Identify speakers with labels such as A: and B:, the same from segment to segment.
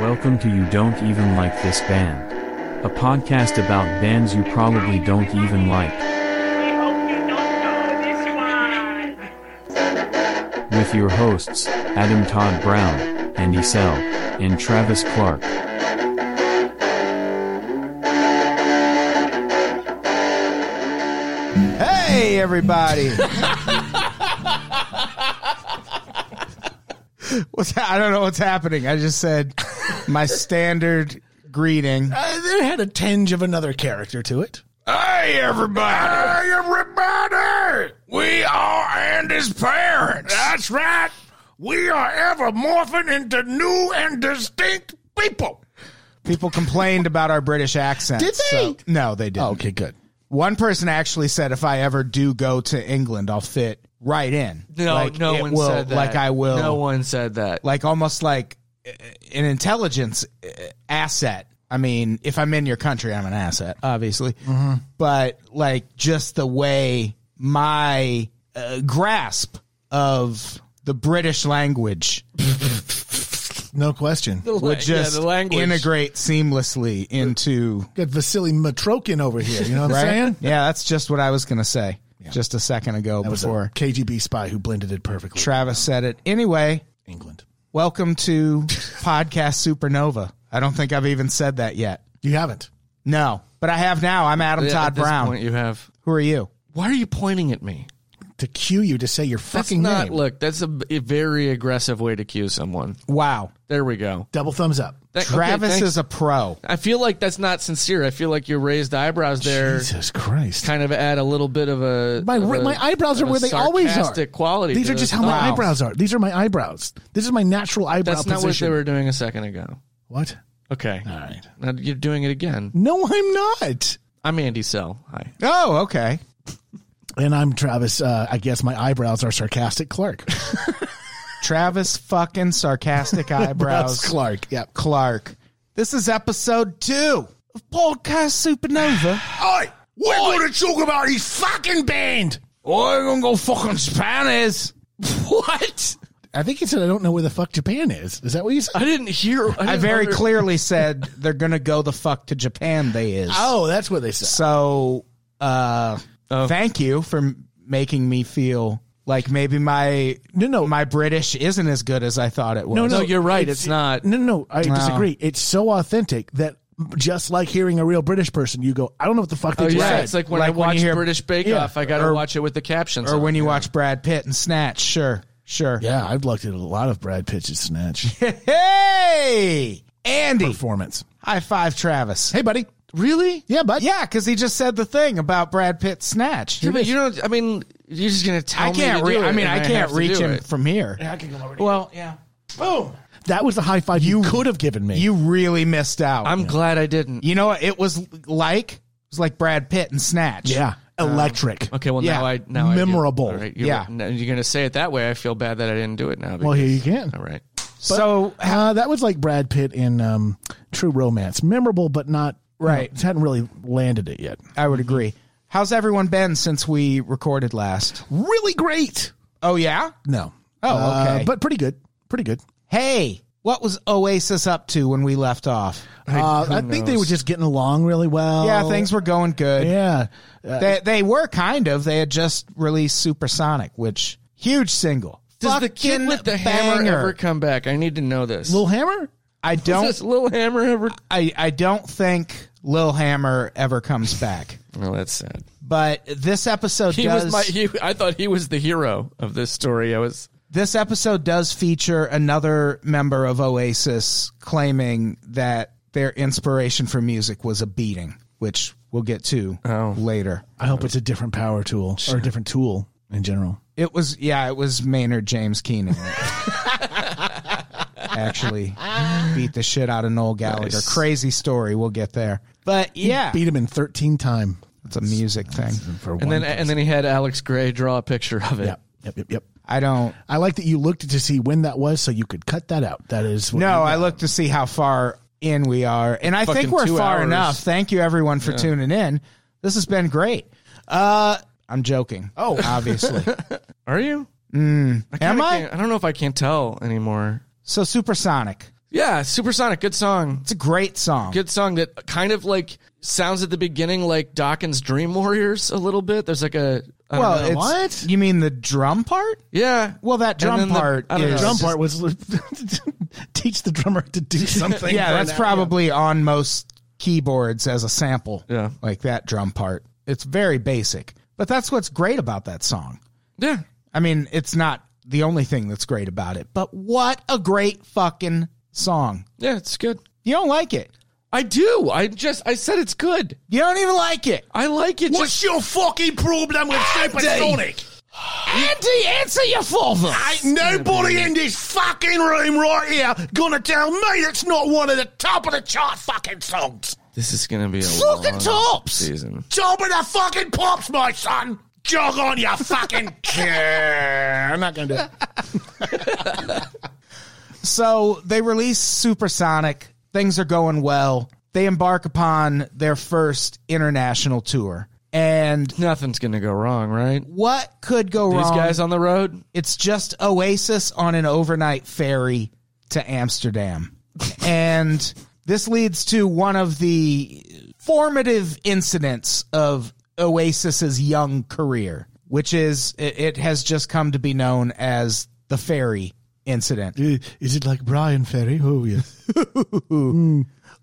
A: Welcome to You Don't Even Like This Band, a podcast about bands you probably don't even like,
B: We hope you don't go this one.
A: with your hosts, Adam Todd Brown, Andy Sell, and Travis Clark.
C: Hey, everybody. what's ha- I don't know what's happening. I just said my standard greeting.
D: Uh, it had a tinge of another character to it.
C: Hey, everybody. Hey, everybody. We are Andy's parents. That's right. We are ever morphing into new and distinct people. People complained about our British accent.
D: Did they? Oh,
C: so- no, they didn't.
D: okay, good.
C: One person actually said, if I ever do go to England, I'll fit right in.
E: No,
C: Like,
E: no
C: it
E: one
C: will-
E: said that.
C: Like I will.
E: No one said that.
C: like almost like uh, an intelligence uh, asset. I mean, if I'm in your country, I'm an asset, obviously.
E: Mm-hmm.
C: But like just the way my uh, grasp of the British language
D: No question.
C: would just
E: yeah, the language.
C: integrate seamlessly into
D: Got Vasily Matrokin over here. You know what I'm
C: right.
D: saying?
C: Yeah, that's just what I was gonna say just a second ago
D: That was a
C: before
D: KGB spy who blended it perfectly.
C: Travis said it. Anyway,
D: England.
C: welcome to podcast Supernova. I don't think I've even said that yet.
D: You haven't.
C: No, but I have now. I'm Adam
E: Yeah,
C: Todd
E: at this
C: Brown.
E: Point you have.
C: Who are you?
E: Why are you pointing at me?
D: To cue you to say your
E: That's
D: fucking
E: not
D: name.
E: look. That's a, a very aggressive way to cue someone.
C: Wow.
E: There we go.
D: Double thumbs up.
E: That- okay,
C: Travis
E: thanks.
C: is a pro.
E: I feel like that's not sincere. I feel like your raised eyebrows there
D: Jesus Christ.
E: kind of add a little bit of a.
D: my,
E: of a-
D: my eyebrows are
E: of a
D: where they always are.
E: sarcastic Quality.
D: These
E: to
D: are just
E: those
D: how my eyebrows
E: eyebrows.
D: are. These are my eyebrows. This is my natural eyebrow
E: That's not what
D: position.
E: they were doing a second ago.
D: what?
E: Okay.
D: All right.
E: Now you're doing it again.
D: No, I'm not.
E: I'm Andy Sell. Hi.
C: Oh, okay.
D: And I'm Travis. Uh, I guess my eyebrows are sarcastic Clark.
C: Travis fucking sarcastic eyebrows.
D: That's Clark. Yep.
C: Clark. This is episode two of Podcast Supernova.
D: Oi! We're going to talk about his fucking band.
C: We're gonna go fucking Spanish.
E: What?
D: I think he said, "I don't know where the fuck Japan is." Is that what you said?
E: I didn't hear. I, didn't
C: I very
E: under-
C: clearly said they're gonna go the fuck to Japan. They is.
D: Oh, that's what they said.
C: So, uh,
E: Oh.
C: thank you for m- making me feel like maybe my
D: No, no.
C: my British isn't as good as I thought it was.
E: No, you're right. It's, not.
D: No, no, no. I
C: Wow.
D: disagree. It's so authentic that just like hearing a real British person, you go, "I don't know what the fuck they
E: Oh,
D: just
E: yeah,
D: said."
E: it's like when
C: Like
E: I
C: when you
E: watch
C: hear-
E: British Bake
D: Yeah.
E: Off, I got to watch it with the captions.
C: or
E: on.
C: when you watch Brad Pitt and Snatch, sure, sure.
D: yeah, I've looked at a lot of Brad Pitt's snatch
C: Hey, Andy,
D: performance.
C: high five, Travis.
D: Hey, buddy.
E: really?
D: Yeah, bud.
C: Yeah, because he just said the thing about Brad Pitt's snatch.
E: Yeah, but you don't. I mean, you're just gonna tell
C: I can't.
E: me.
C: Re-
E: to do it,
C: I mean,
E: and
C: I can't
E: have to
C: reach
E: do
C: him
E: it.
C: from here. Well, yeah.
D: That was the high five you, could have given me.
C: You really missed out.
E: I'm glad I didn't.
C: you know what it was like? It was like Brad Pitt and snatch.
D: yeah, Um, electric.
E: Okay, well
C: Yeah.
E: now I now I do.
D: Memorable.
E: All right, you're,
C: Yeah.
E: now you're gonna say it that way. I feel bad that I didn't do it now.
D: Well,
E: because-
D: here you can.
E: All right.
C: So
D: Uh, that was like Brad Pitt in um, True Romance. Memorable, but not
C: Right.
D: You know, it hadn't really landed it yet.
C: I would agree. How's everyone been since we recorded last?
D: Really great.
C: Oh yeah.
D: No.
C: Oh, okay.
D: Uh, but pretty good. Pretty good.
C: Hey, what was Oasis up to when we left off?
D: Uh, I think they were just getting along really well.
C: Yeah,
E: Oh.
C: things were going good.
D: Yeah. Uh,
C: They they were kind of. They had just released Supersonic, which huge single.
E: Does the kid
C: Fucking
E: with the hammer
C: banger.
E: ever come back? I need to know this.
D: Little Hammer?
C: I
E: Does
C: don't.
E: Lil Hammer ever?
C: I I don't think Lil Hammer ever comes back.
E: Well, that's sad.
C: But this episode
E: He
C: does.
E: was my. He, I thought he was the hero of this story. I was.
C: this episode does feature another member of Oasis claiming that their inspiration for music was a beating, which we'll get to
E: Oh.
C: later.
D: I hope it's a different power tool or a different tool in general.
C: It was yeah, it was Maynard James Keenan. Actually, beat the shit out of Noel Gallagher.
E: Nice.
C: Crazy story. We'll get there, but yeah,
D: Beat him in 13 time
C: it's a music thing.
D: for one.
E: And then and then he had Alex Gray draw a picture of it.
D: yep, yep, yep, yep.
C: I don't.
D: I like that you looked to see when that was so you could cut that out. That is what
C: No, I look to see how far in we are, and I think
E: Fucking
C: we're
E: two
C: far
E: hours.
C: enough. Thank you everyone for tuning in. This has been great. Uh, I'm joking. Oh, obviously.
E: Are you?
C: Am
E: kinda
C: I?
E: can't- I don't know if I can't tell anymore.
C: So supersonic.
E: Yeah, Supersonic, good song.
C: It's a great song.
E: Good song that kind of like sounds at the beginning like Dawkins Dream Warriors a little bit. There's like a I don't know.
C: Well, it's,
D: What?
C: You mean the drum part?
E: yeah.
C: Well, that drum
E: then the-
C: part
E: I don't know.
C: is
D: drum
E: It's
D: part was teach the drummer to do something.
C: Yeah,
D: for
C: that's
D: an hour.
C: probably on most keyboards as a sample.
E: Yeah.
C: like that drum part. It's very basic, but that's what's great about that song.
E: yeah.
C: I mean, it's not the only thing that's great about it, but what a great fucking song.
E: Yeah, it's good.
C: You don't like it.
E: I do. I just I said it's good.
C: You don't even like it.
E: I like it. just,
F: your fucking problem with Supersonic?
C: Andy, answer your father.
F: Ain't nobody in this fucking room right here gonna tell me it's not one of the top of the chart fucking songs.
E: this is gonna be a
C: Fucking
E: long
C: tops!
E: season.
F: Top of the fucking pops, my son. Jog on, you fucking care. I'm not gonna do it.
C: So they release Supersonic. Things are going well. They embark upon their first international tour. And
E: Nothing's gonna go wrong, right?
C: what could go
E: These
C: wrong?
E: guys on the road.
C: it's just Oasis on an overnight ferry to Amsterdam. and this leads to one of the formative incidents of Oasis's young career, which is it, it has just come to be known as the ferry incident.
D: Uh, Is it like Brian Ferry? Oh yes.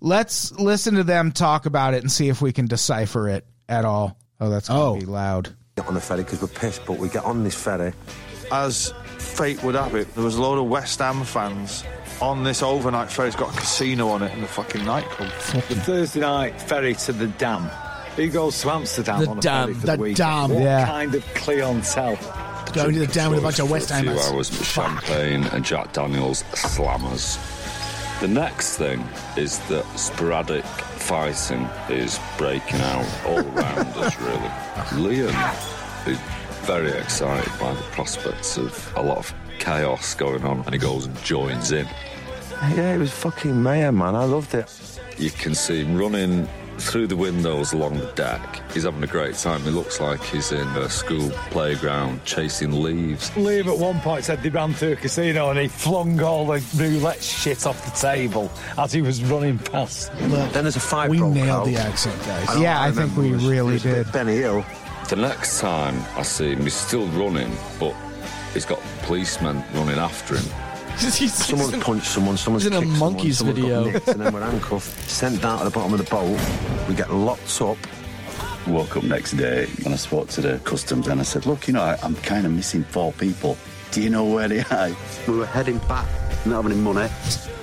C: Let's listen to them talk about it and see if we can decipher it at all. Oh, that's going to be loud.
G: get on the ferry because we're pissed, but we get on this ferry. As fate would have it, there was a load of West Ham fans on this overnight ferry. It's got a casino on it and a fucking nightclub.
H: The Thursday night ferry to the dam. Who goes to Amsterdam
E: The
H: on a
E: dam.
H: ferry for
D: The
H: the weekend?
D: dam,
H: What
C: yeah.
H: kind of clientele?
D: Going to the dam with a bunch of West
I: for a few
D: Hamers.
I: hours with champagne and Jack Daniels slammers. The next thing is that sporadic fighting is breaking out all around us, really. Liam is very excited by the prospects of a lot of chaos going on, and he goes and joins in.
G: Yeah, it was fucking mayhem, man. I loved it.
I: You can see him running through the windows along the deck. He's having a great time. He looks like he's in a school playground chasing leaves.
H: Liam at one point said they ran through a casino and he flung all the roulette shit off the table as he was running past.
G: Then there's a fight
D: We
G: broke
D: nailed
G: out.
D: the accent, guys.
C: Yeah, I think
G: remember
C: we
G: it was-
C: really
G: it was a bit
C: did.
G: Benny Hill.
I: The next time I see him, he's still running, but he's got policemen running after him.
E: He's- he's-
G: Someone punched someone. Someone's
E: He's in a
G: kicked someone,
E: Monkees
G: someone got
E: video.
G: nicked, and then we're handcuffed, sent down to the bottom of the boat. We get locked up.
J: Woke up next day and I spoke to the customs and I said, Look, you know, I, I'm kind of missing four people. Do you know where they are?
G: We were heading back, not having any money.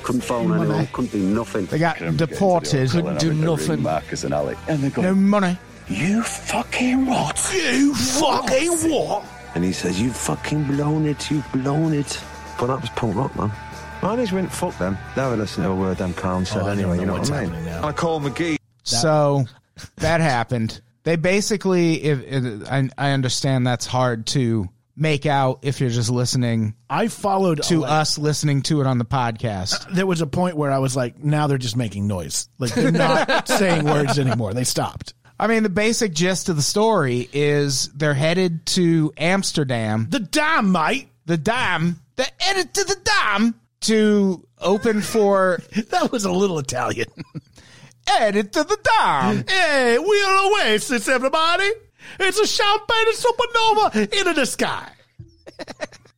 G: Couldn't phone anyone. Couldn't do nothing.
C: They got
J: Couldn't get into the
C: deported.
J: hotel and I
E: do
J: went to ring
E: nothing.
J: Marcus and Alec. And they go,
C: No money.
J: You fucking what?
F: You fucking what?
G: And he says, You've fucking blown it, you've blown it. But that was punk rock, man. I just went, fuck them. They were listening to a word them clowns said
D: Oh, I don't
G: anyway,
D: know
G: you know
D: what's
G: what I mean?
D: happening now.
G: And I called McGee.
C: So that happened. They basically, if, if I, I understand, that's hard to make out if you're just listening
D: I followed
C: to
D: Alec.
C: us listening to it on the podcast.
D: There was a point where I was like, now they're just making noise. Like they're not saying words anymore. They stopped.
C: I mean, the basic gist of the story is they're headed to Amsterdam,
D: The dam, mate.
C: the dam, the edit to the dam to open for
D: That was a little Italian.
C: edit to the dam.
D: hey, we are Oasis, everybody. It's a champagne supernova into the sky.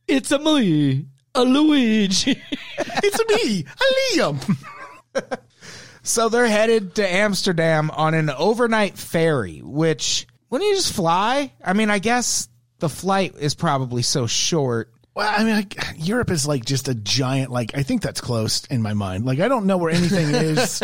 E: it's a me, a Luigi.
D: It's me, a Liam.
C: So they're headed to Amsterdam on an overnight ferry, which wouldn't you just fly? I mean, I guess the flight is probably so short.
D: Well, I mean, I, Europe is like just a giant. Like, I think that's close in my mind. Like, I don't know where anything is.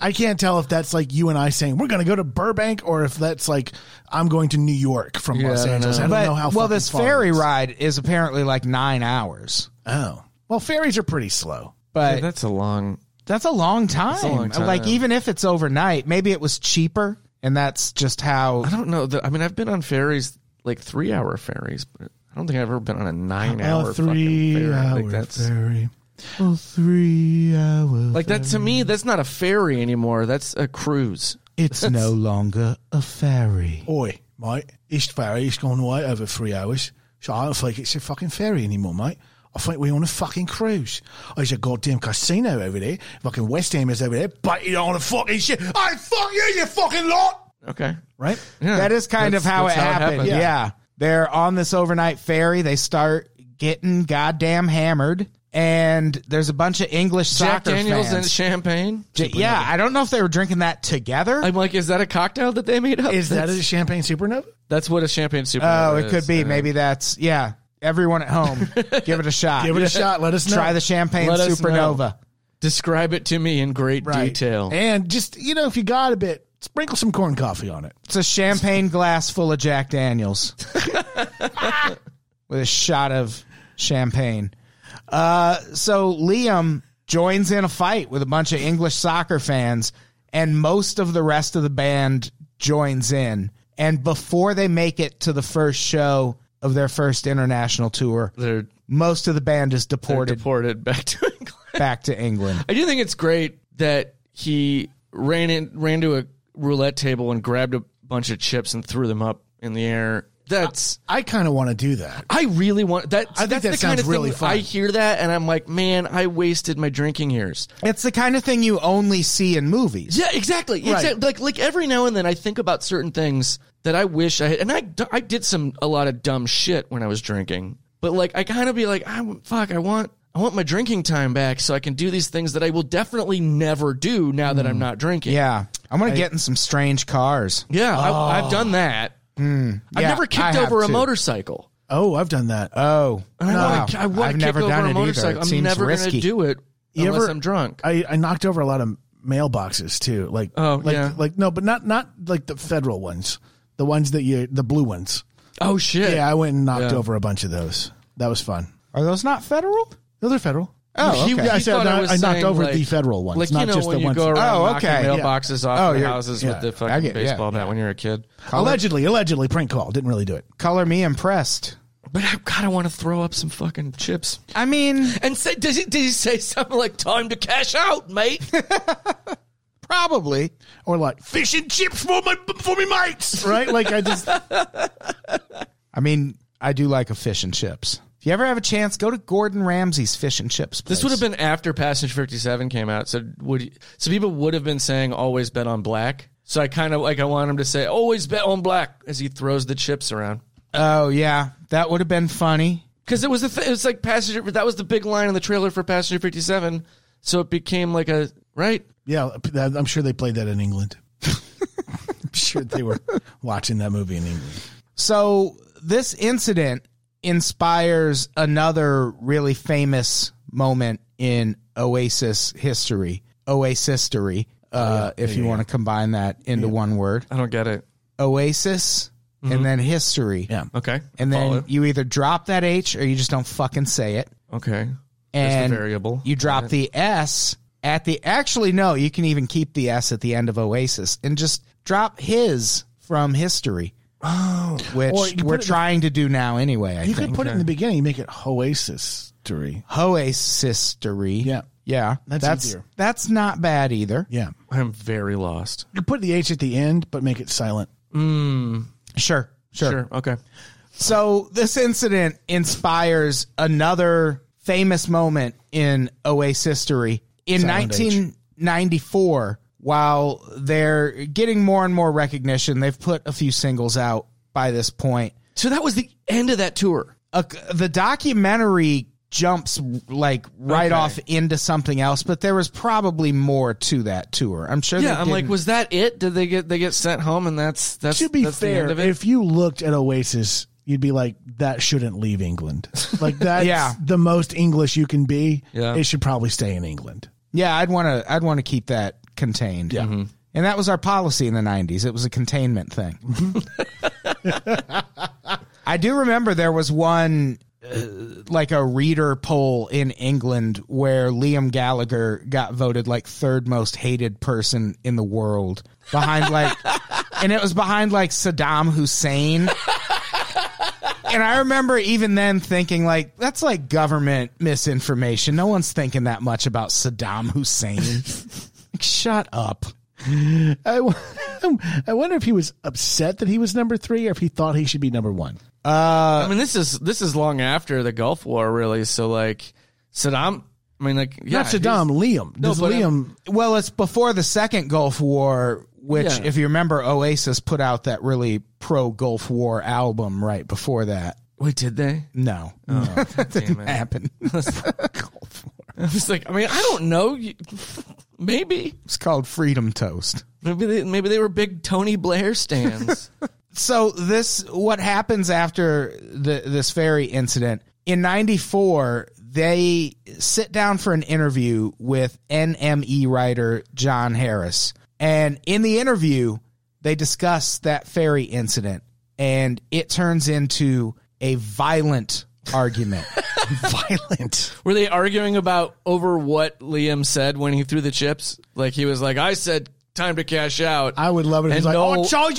D: I can't tell if that's like you and I saying we're going to go to Burbank, or if that's like I'm going to New York from Los Angeles. I don't
C: But
D: know how.
C: well,
D: fucking
C: this
D: far
C: ferry
D: it is.
C: ride is apparently like nine hours,
D: Oh, well, ferries are pretty slow.
C: but that's,
E: That's a long.
C: a long time.
E: a long time.
C: Like even if it's overnight, maybe it was cheaper, and that's just how.
E: I don't know. that- I mean, I've been on ferries like three hour ferries, but I don't think I've ever been on a nine hour
C: Uh,
D: Well, three
E: fucking ferry.
D: hour
E: like that's
D: ferry. Oh, three hour.
E: like that to me. That's not a ferry anymore. That's a cruise.
C: It's no longer a ferry.
D: Oi, mate, East ferry is going away over three hours, so I don't think it's a fucking ferry anymore, mate. I think we on a fucking cruise. There's a goddamn casino over there. Fucking West Ham is over there. But you on a fucking shit. I fuck you, you fucking lot.
E: Okay.
D: Right?
E: Yeah.
C: that is kind
E: That's-
C: of how it
E: that's
C: happened. Yeah. They're on this overnight ferry. They start getting goddamn hammered. And there's a bunch of English
E: Jack
C: soccer
E: Daniels
C: fans.
E: and champagne.
C: J- yeah, I don't know if they were drinking that together.
E: I'm like, is that a cocktail that they made up?
D: Is that
E: that's,
D: a champagne supernova?
E: that's what a champagne super?
C: oh, it could be. Maybe that's yeah. Everyone at home, give it a shot.
D: Give it a shot. Let us know.
C: Try the champagne
E: Let us
C: supernova.
E: know. Describe it to me in great detail.
D: And just, you know, if you got a bit, sprinkle some corn coffee on it.
C: It's a champagne glass full of Jack Daniels with a shot of champagne. Uh, so Liam joins in a fight with a bunch of English soccer fans, and most of the rest of the band joins in. And before they make it to the first show of their first international tour,
E: They're,
C: most of the band is
E: they're
C: deported
E: deported back to England.
C: back to England.
E: I do think it's great that he ran in ran to a roulette table and grabbed a bunch of chips and threw them up in the air. That's
D: I kind of want to do that.
E: I really want that.
D: I think that
E: that's the kind
D: sounds
E: of
D: really
E: thing
D: fun.
E: I hear that and I'm like, man, I wasted my drinking years.
C: It's the kind of thing you only see in movies.
E: Yeah, exactly. Exactly. Like like every now and then I think about certain things that I wish I had and I d- I did some a lot of dumb shit when I was drinking. But like I kind of be like, I fuck, I want I want my drinking time back so I can do these things that I will definitely never do now that I'm not drinking.
C: Yeah. I'm going to get in some strange cars.
E: Yeah, I, I've done that. I've
C: Oh. Hmm. Yeah,
E: never
C: I
E: kicked
C: have
E: over a
C: too.
E: motorcycle.
D: Oh, I've done that.
C: Oh,
E: I
C: wow.
E: want to, I want
C: I've
E: to kick
C: never
E: over
C: done
E: a
C: it either.
E: motorcycle.
C: It
E: I'm
C: seems
E: never going
C: risky.
E: to do it
D: You
E: unless
D: ever-
E: I'm drunk.
D: I, I knocked over a lot of mailboxes too. Like
E: Oh,
D: like,
E: yeah.
D: like no, but not not like the federal ones. The ones that you the blue ones.
E: oh shit!
D: Yeah, I went and knocked
E: Yeah.
D: over a bunch of those. That was fun.
C: Are those not federal?
D: Those are federal.
C: Oh,
E: He-
C: okay.
D: I
E: he
D: said
E: thought
D: I,
E: was
D: I knocked
E: saying,
D: over the
E: like-
D: federal ones,
E: like
D: not
E: you know
D: just
E: when
D: the
E: you
D: ones.
E: go around
C: Oh,
E: knocking
C: okay.
E: mailboxes off
C: Oh,
E: the
C: you're-
E: houses
D: yeah.
E: with the
C: I
E: fucking
C: get- yeah,
E: baseball bat when you're a kid.
D: allegedly, allegedly, prank call. Didn't really do it.
C: Color me impressed.
E: But I gotta want to throw up some fucking chips.
C: I mean,
E: And say, did he, did he say something like "time to cash out, mate"?
C: probably.
D: Or like fish and chips for my for me mates. Right? Like I just
C: I mean, I do like a fish and chips. If you ever have a chance, go to Gordon Ramsay's fish and chips. Place.
E: this would have been after Passage Fifty Seven came out, so would you- so people would have been saying "always bet on black." So I kind of like I want him to say "always bet on black" as he throws the chips around.
C: Oh yeah, that would have been funny.
E: because it was the th- it was like passenger that was the big line in the trailer for passenger 57 so it became like a right
D: Yeah, that, I'm sure they played that in England. I'm sure they were watching that movie in England.
C: So this incident inspires another really famous moment in Oasis history. Oasis history,
E: Oh,
C: uh, if you want to combine that into one word.
E: i don't get it
C: Oasis
E: Mm-hmm.
C: and then history.
D: Yeah.
E: okay
C: And then
E: Follow.
C: you either drop that H or you just don't fucking say it.
E: okay the
C: And
E: variable.
C: you drop the S at the actually no, you can even keep the S at the end of Oasis and just drop his from history. Oh,
D: Or you
C: which
D: can
C: we're
D: put it-
C: trying to do now anyway. I
D: You
C: think
D: could put it in the beginning, make it Oasis story.
C: Oasistery.
D: Yeah.
C: yeah,
D: That's
C: that's
D: easier.
C: that's not bad either.
D: Yeah.
E: i'm very lost
D: You put the H at the end, but make it silent.
C: Sure, sure,
E: sure okay
C: So this incident inspires another famous moment in Oasis history. In
D: Silent H.
C: 1994, while they're getting more and more recognition, they've put a few singles out by this point.
E: so that was the end of that tour
C: A, the documentary jumps like right
E: Okay.
C: off into something else, but there was probably more to that tour. I'm sure.
E: yeah
C: they
E: i'm like
C: didn't-
E: was that it did they get they get sent home and that's that's
D: To be
E: that's the
D: fair,
E: end of it?
D: if you looked at Oasis, you'd be like, that shouldn't leave England. Like that's
C: Yeah.
D: the most English you can be.
E: Yeah.
D: It should probably stay in England.
C: Yeah, I'd want to. I'd want to keep that contained. Yeah, and that was our policy in the '90s. It was a containment thing. I do remember there was one, uh, like a reader poll in England where Liam Gallagher got voted like third most hated person in the world, behind like, and it was behind like Saddam Hussein. And I remember even then thinking like that's like government misinformation. No one's thinking that much about Saddam Hussein. like, shut up.
D: I, w- I wonder if he was upset that he was number three or if he thought he should be number one.
E: I mean, this is this is long after the Gulf War, really. So like Saddam. I mean, like yeah,
D: Not Saddam,
E: he's-
D: Liam.
E: No,
D: Does
E: but uh,
D: Liam?
C: Well, it's before the second Gulf War, which,
E: Yeah.
C: if you remember, Oasis put out that really pro Gulf War album right before that.
E: Wait, did they?
C: No, that didn't happen. Gulf War.
E: I was like, I mean, I don't know. You- Maybe,
C: It's called Freedom Toast.
E: maybe they, maybe they were big Tony Blair stands.
C: so this what happens after the this ferry incident in 94 they sit down for an interview with NME writer John Harris and in the interview they discuss that ferry incident and it turns into a violent argument
D: Violent.
E: were they arguing about over what Liam said when he threw the chips? Like he was like, I said, time to cash out.
D: I would love it if he's like,
E: And no-
D: oh,
E: Oh.
D: Charlie.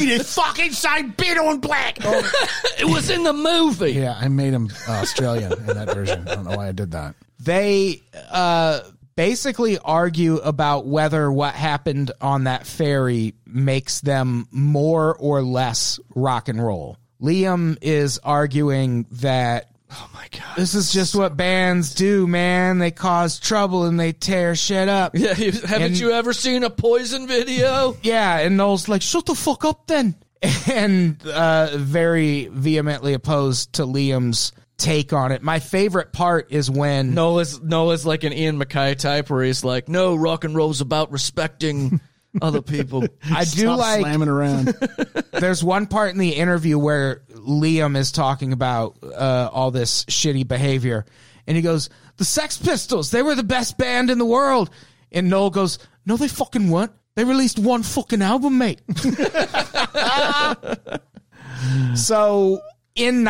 E: it was in the movie.
D: Yeah, I made him Australian in that version. I don't know why I did that.
C: they uh, basically argue about whether what happened on that ferry makes them more or less rock and roll. Liam is arguing that. Oh my god! This is just what bands do, man. They cause trouble and they tear shit up.
E: Yeah, he was- haven't
C: And-
E: you ever seen a poison video?
C: Yeah, and Noel's like, shut the fuck up then. And uh, very vehemently opposed to Liam's take on it. My favorite part is when
E: Nola's Nola's like an Ian McKay type, where he's like, "No, rock and roll's about respecting other people."
C: I do
D: Stop
C: like
D: slamming around.
C: there's one part in the interview where Liam is talking about uh, all this shitty behavior, and he goes, "The Sex Pistols, they were the best band in the world," and Noel goes, "No, they fucking weren't. They released one fucking album, mate." so in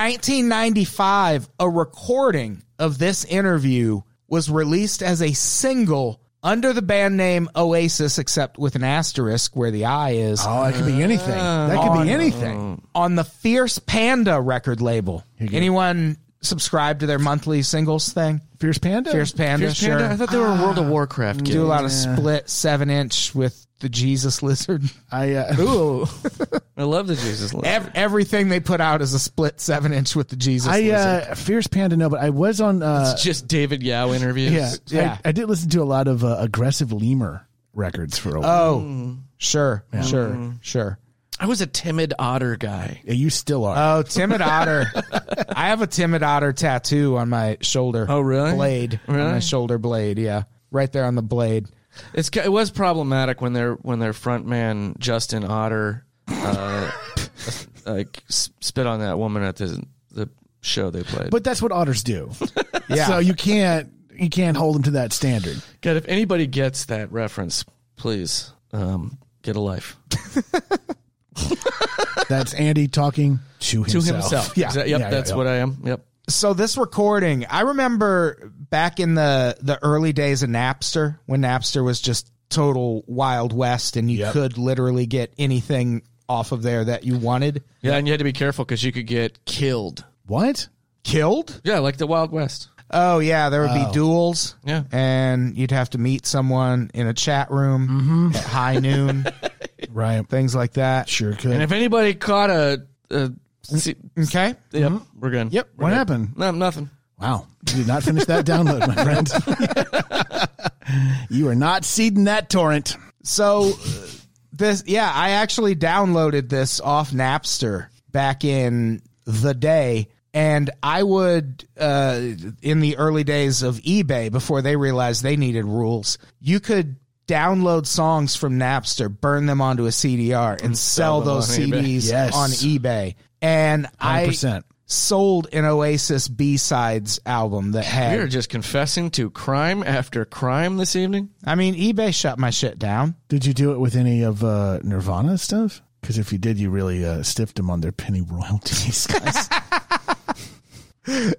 C: 1995, a recording of this interview was released as a single. Under the band name Oasis, except with an asterisk where the I is
D: Oh, that could be anything. That could be anything.
C: on the Fierce Panda record label. Anyone subscribe to their monthly singles thing?
D: Fierce Panda.
C: Fierce Panda,
E: Here's
C: sure.
E: Panda. I thought they were a World of Warcraft
C: Do a
E: game.
C: lot of split seven inch with the Jesus lizard.
D: I uh,
E: Ooh, I love the Jesus. Lord.
C: Ev- everything they put out is a split seven inch with the Jesus
D: I
C: lizard.
D: uh, Fierce Panda. No, but I was on. Uh,
E: Just David Yao interviews.
D: yeah,
C: yeah.
D: I, I did listen to a lot of uh, aggressive lemur records for a while.
E: Mm-hmm.
C: oh, sure, sure, sure.
E: I was a timid otter guy.
D: Yeah, you still are.
C: Oh, timid otter. I have a timid otter tattoo on my shoulder.
E: Oh, really?
C: Blade. On my
E: Really?
C: shoulder blade, yeah. Right there on the blade.
E: It's ca- it was problematic when their when their front man Justin Otter, uh, like s- spit on that woman at the the show they played.
D: but that's what otters do.
C: Yeah.
D: So you can't you can't hold them to that standard.
E: God, if anybody gets that reference, please um, get a life.
D: That's Andy talking to
E: to
D: himself.
E: himself.
D: Yeah.
E: Exa- Yep.
D: Yeah,
E: that's
D: yeah,
E: what I am. Yep.
C: so this recording, I remember back in the the early days of Napster when Napster was just total wild west and you
D: Yep.
C: could literally get anything off of there that you wanted.
E: Yeah, and you had to be careful because you could get killed.
D: What?
C: Killed?
E: Yeah, like the Wild West.
C: Oh yeah, there would be duels.
E: Yeah.
C: And you'd have to meet someone in a chat room at high noon,
D: Right.
C: things like that.
D: Sure could.
E: And if anybody caught a, a see,
C: Okay.
E: Mm-hmm. yep, we're good.
C: Yep.
E: We're
D: what
E: good.
D: happened?
E: No, nothing.
D: Wow. You did not finish that download, my friend. you are not seeding that torrent.
C: So uh, this yeah, I actually downloaded this off Napster back in the day and I would uh in the early days of eBay before they realized they needed rules, you could download songs from Napster, burn them onto a CDR and, sell,
E: them
C: those
E: on eBay.
C: CDs
D: Yes.
C: on eBay. And I
D: 100%.
C: sold an Oasis B-sides album that
E: We
C: had
E: are just confessing to crime after crime this evening.
C: I mean eBay shut my shit down.
D: Did you do it with any of uh, Nirvana stuff? Because if you did, you really uh, stiffed them on their penny royalties, guys.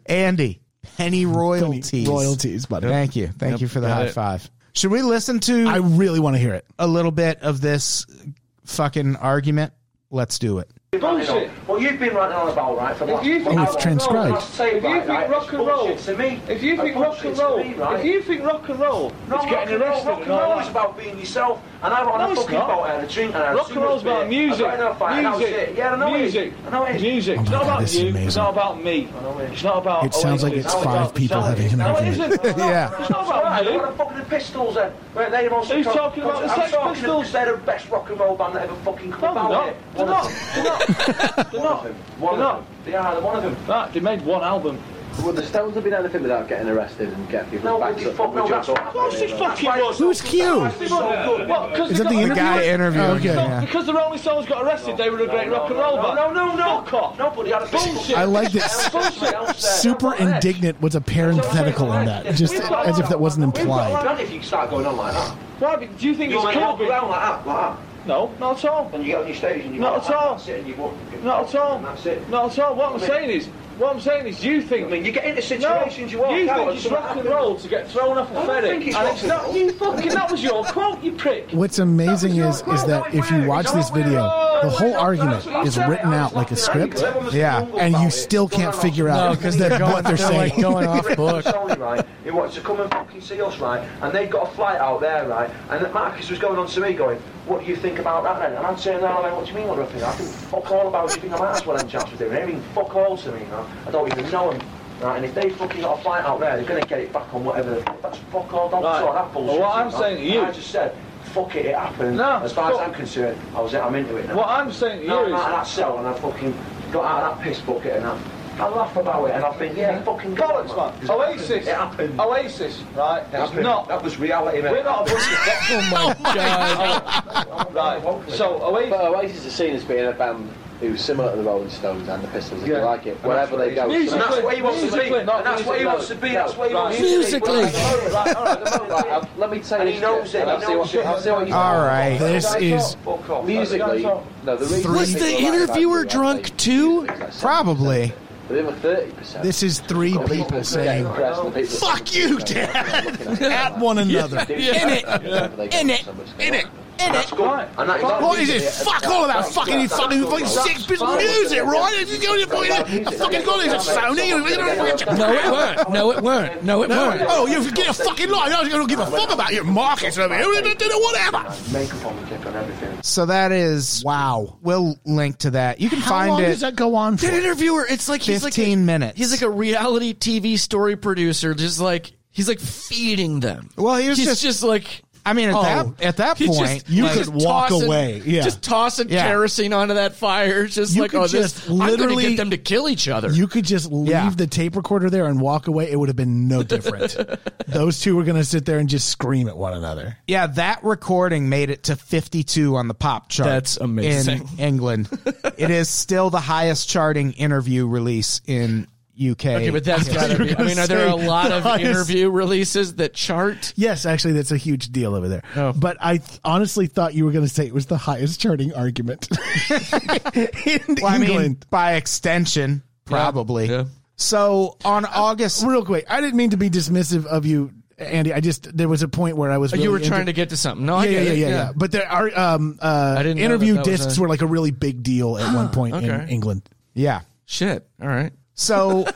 C: Andy, penny
D: Penny
C: royalties.
D: royalties, buddy.
C: Thank you. Thank
E: Yep,
C: you for the
E: got
C: high
E: it.
C: five. Should we listen to
D: I really want to hear it.
C: a little bit of this fucking argument? Let's do it.
K: Bullshit. What you've been running on about, right, for the last...
D: Oh, it's transcribed.
K: If you think rock and roll, to me. If you think rock and roll, if you think rock and roll, no, it's getting arrested. Rock and roll is about being yourself, and I want a fucking boat and a drink and a Rock and roll's about music. Music. Yeah, I know music. I know it is. Music.
D: It's not Oh God, about this is you, it's amazing. not
K: about me. It's not about.
D: It sounds like it's five people having an argument.
K: It's not about you. What the fucking Pistols then? Where they most
L: Mm-hmm. Who's talking about the Sex Pistols?
K: They're the best rock and roll band that ever fucking come
L: No,
K: out.
L: they're not. They're not.
K: They're not. One of them. One
L: They're
K: of them. They are. They're one of them.
L: Right, they made one album.
M: Would the Stones have been anything without getting arrested and getting people
K: No,
M: back
K: we fuck no. That's
M: up?
K: of
L: course they fucking was.
D: Who's Q? Is that the guy interviewing
L: Okay.
D: him? Yeah.
L: Because the Rolling Stones got arrested, they were a great rock and roll band.
K: No, no, no.
L: Fuck off.
K: Nobody had a
L: Bullshit.
D: I like this. Super indignant was a parenthetical in that, just as if that wasn't implied.
K: If you start going on like that,
L: Why? but Do you think
K: you
L: it's
K: might walk
L: cool?
K: around like that, like that.
L: No, not at all.
K: Then you get on your stage and you
L: Not
K: walk
L: at
K: like
L: all.
K: That's it, and you walk.
L: Not at all.
K: And that's it.
L: Not at all. What I'm saying is, what I'm saying is, you think.
K: I mean, you get into
L: No,
K: situations you walk
L: you
K: out
L: think
K: and
L: it's
K: something
L: rock and
K: happens.
L: roll to get thrown off
K: I
L: a
K: don't
L: ferry,
K: think it's
L: and
K: rock
L: it's
K: and
L: not.
K: roll.
L: You fucking. That was your quote, you prick.
D: What's amazing is is that if you watch this video, the whole argument is written out like a script,
C: Yeah.
D: and you still can't figure out
C: No, 'cause they're going-
D: what they're
C: they're, like,
D: saying.
C: going off book.
K: Sony, right, who wanted to come and fucking see us, right? And they'd got a flight out there, right? And Marcus was going on to me, going, "What do you think about that?" Then, and I'm saying, "No, I mean, what do you mean? What do I think? I think fuck all about. it. You think I'm ass what them chaps were doing? They mean fuck all to me, you know? I don't even know them." Right, and if they fucking got a flight out there, they're gonna get it back on whatever. They, that's fuck all. Don't
L: Right.
K: sort that
L: Well,
K: bullshit.
L: what I'm
K: you know?
L: saying to you-
K: I just said, "Fuck it, it happened."
L: No,
K: as far as
L: fuck-
K: I'm concerned, I was, I'm into it now.
L: What I'm saying to
K: No,
L: you
K: I'm out of
L: is,
K: that cell and I fucking got out of that piss bucket and I, I laugh about it and I think, yeah, fucking got
L: bollocks,
K: it,
L: man.
K: man.
L: Oasis.
K: It happened.
L: Oasis, right?
K: It
L: It's
K: happened.
L: not.
K: That was reality, man. Oh
L: We're not a bunch of
K: right.
L: Right. So Oasis.
M: But Oasis is seen as being a band who's similar to the Rolling Stones and the Pistols, if
L: Yeah.
M: you like it, wherever they go.
L: Musically,
K: And that's what he wants to be.
L: musically,
K: And
L: not
K: that's what he
L: musically.
K: wants to be. That's what he
M: Right.
K: wants to be.
C: Musically.
M: Right, all right, right, I'll- let me tell
K: And
M: you.
K: he
M: this
K: knows
M: bit,
K: it,
M: and I'll
K: he
M: see
K: knows
M: what you-
K: it.
M: I'll see what you
D: All right, this is
K: Fuck off.
M: Musically, no, the reason
E: Was
M: people
E: the
M: like that
E: interviewer
M: band,
E: drunk
M: I'd say,
E: too?
M: is that
C: Probably.
M: 70%. The other 30%.
D: this is three people saying
M: "Fuck you, Dad!"
D: at one another.
M: In it, in it, in it.
K: That's good. And that's
D: What is it? Fuck all about fucking you fucking you fucking six bit music, right? If you go to fucking I fucking got this at Sony. you- you don't-
E: No, it weren't. No, it weren't. No, it weren't.
D: Oh, you get a fucking life. I don't give a fuck about your markets over here. Whatever.
K: Makeup on the tip and everything.
C: So that is wow. We'll link to that. You can
D: How
C: find
D: long
C: it.
D: does that go on for?
E: That interviewer, it's like he's like
C: 15
E: a-
C: minutes.
E: He's like a reality TV story producer, just like he's like feeding them.
C: Well, he was
E: he's
C: just-
E: just, like
C: I mean, at
E: oh,
C: that at that
E: he's
C: point,
E: just-
D: you
E: he's
D: could
E: just
D: walk
E: tossing-
D: away. Yeah.
E: just tossing
C: Yeah.
E: kerosene onto that fire. Just
D: You
E: like
D: could
E: oh, this
D: just
E: I'm gonna
D: literally-
E: get them to kill each other.
D: You could just leave
C: Yeah.
D: the tape recorder there and walk away. It would have been no different. Those two were going to sit there and just scream at one another.
C: yeah, that recording made it to 52 on the pop chart.
E: That's amazing.
C: In England, it is still the highest charting interview release in UK.
E: okay, but that's gotta
D: were
E: be. I
D: gonna
E: mean, are there a
D: say
E: lot
D: the
E: of
D: highest-
E: interview releases that chart?
D: Yes, actually, that's a huge deal over there.
E: Oh.
D: But I th- honestly thought you were going to say it was the highest charting argument in
C: Well, I
D: England.
C: mean, by extension, probably.
E: Yeah.
C: So on August,
D: Real quick, I didn't mean to be dismissive of you, Andy. I just there was a point where I was. Really
E: you were
D: into-
E: trying to get to something. No, I
D: yeah, yeah,
E: get
D: yeah,
E: it.
D: yeah, yeah. But there are um, uh,
E: I didn't know that
D: interview
E: that was
D: discs
E: a- Ah,
D: were like a really big deal at one point in
E: Okay.
D: England.
C: yeah.
E: Shit. All right.
C: So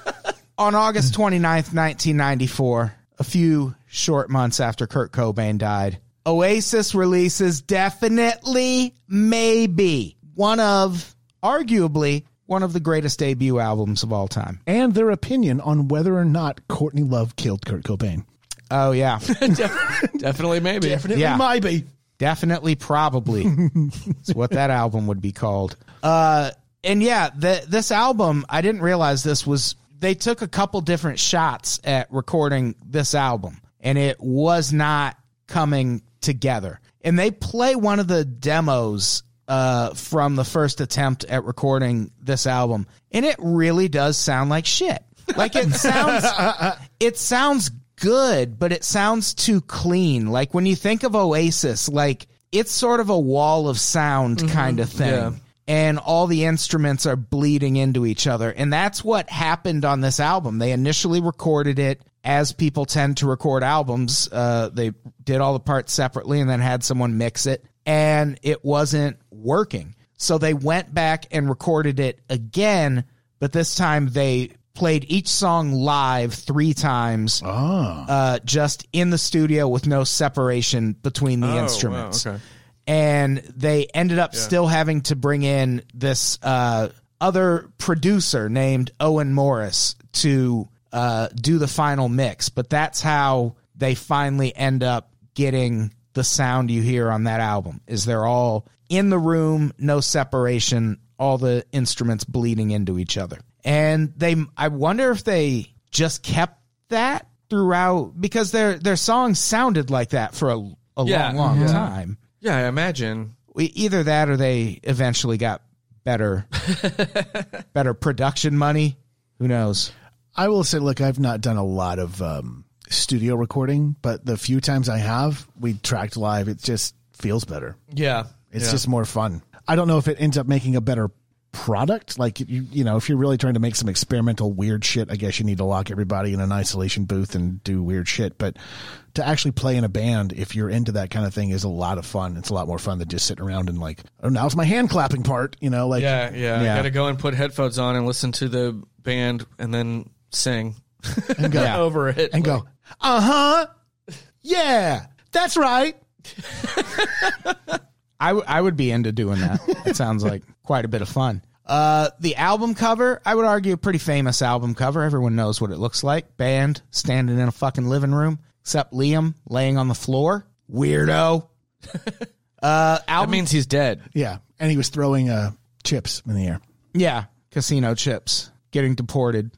C: on August 29th, 1994, a few short months after Kurt Cobain died, Oasis releases Definitely Maybe, one of, arguably, one of the greatest debut albums of all time.
D: and their opinion on whether or not Courtney Love killed Kurt Cobain.
C: Oh, yeah.
E: Definitely, maybe.
D: Definitely
C: Yeah.
D: might be.
C: Definitely, probably. It's what that album would be called. Uh, and yeah, the, this album, I didn't realize this was. They took a couple different shots at recording this album, and it was not coming together. And they play one of the demos uh, from the first attempt at recording this album, and it really does sound like shit. Like it sounds it sounds good, but it sounds too clean. Like when you think of Oasis, like it's sort of a wall of sound kind of thing.
E: yeah.
C: And all the instruments are bleeding into each other. And that's what happened on this album. They initially recorded it as people tend to record albums. Uh, they did all the parts separately and then had someone mix it. And it wasn't working. So they went back and recorded it again, but this time they played each song live three times, uh, just in the studio with no separation between the
E: Oh, wow,
C: instruments
E: okay.
C: and they ended up
E: Yeah.
C: still having to bring in this uh, other producer named Owen Morris to uh, do the final mix. But that's how they finally end up getting the sound you hear on that album. Is they're all in the room, no separation, all the instruments bleeding into each other, and they. I wonder if they just kept that throughout because their their songs sounded like that for a, a
E: Yeah.
C: long long
E: Yeah.
C: time
E: Yeah, I imagine.
C: we, either that or they eventually got better better production money who knows
D: I will say, look, I've not done a lot of um, studio recording, but the few times I have, we tracked live. It just feels better.
E: Yeah.
D: It's
E: Yeah.
D: just more fun. I don't know if it ends up making a better product. Like you, you know, if you're really trying to make some experimental weird shit, I guess you need to lock everybody in an isolation booth and do weird shit. But to actually play in a band, if you're into that kind of thing, is a lot of fun. It's a lot more fun than just sitting around and like, oh, now's my hand clapping part. You know, like
E: yeah, yeah. I gotta go and put headphones on and listen to the band and then sing
D: And go-
E: over it
D: and go. Uh huh.
E: Uh-huh.
D: Yeah, that's right.
C: I, w- I would be into doing that it sounds like quite a bit of fun uh, the album cover i would argue a pretty famous album cover everyone knows what it looks like band standing in a fucking living room except liam laying on the floor weirdo uh, album-
E: That means he's dead
D: Yeah, and he was throwing uh, chips in the air.
C: Yeah, casino chips getting deported.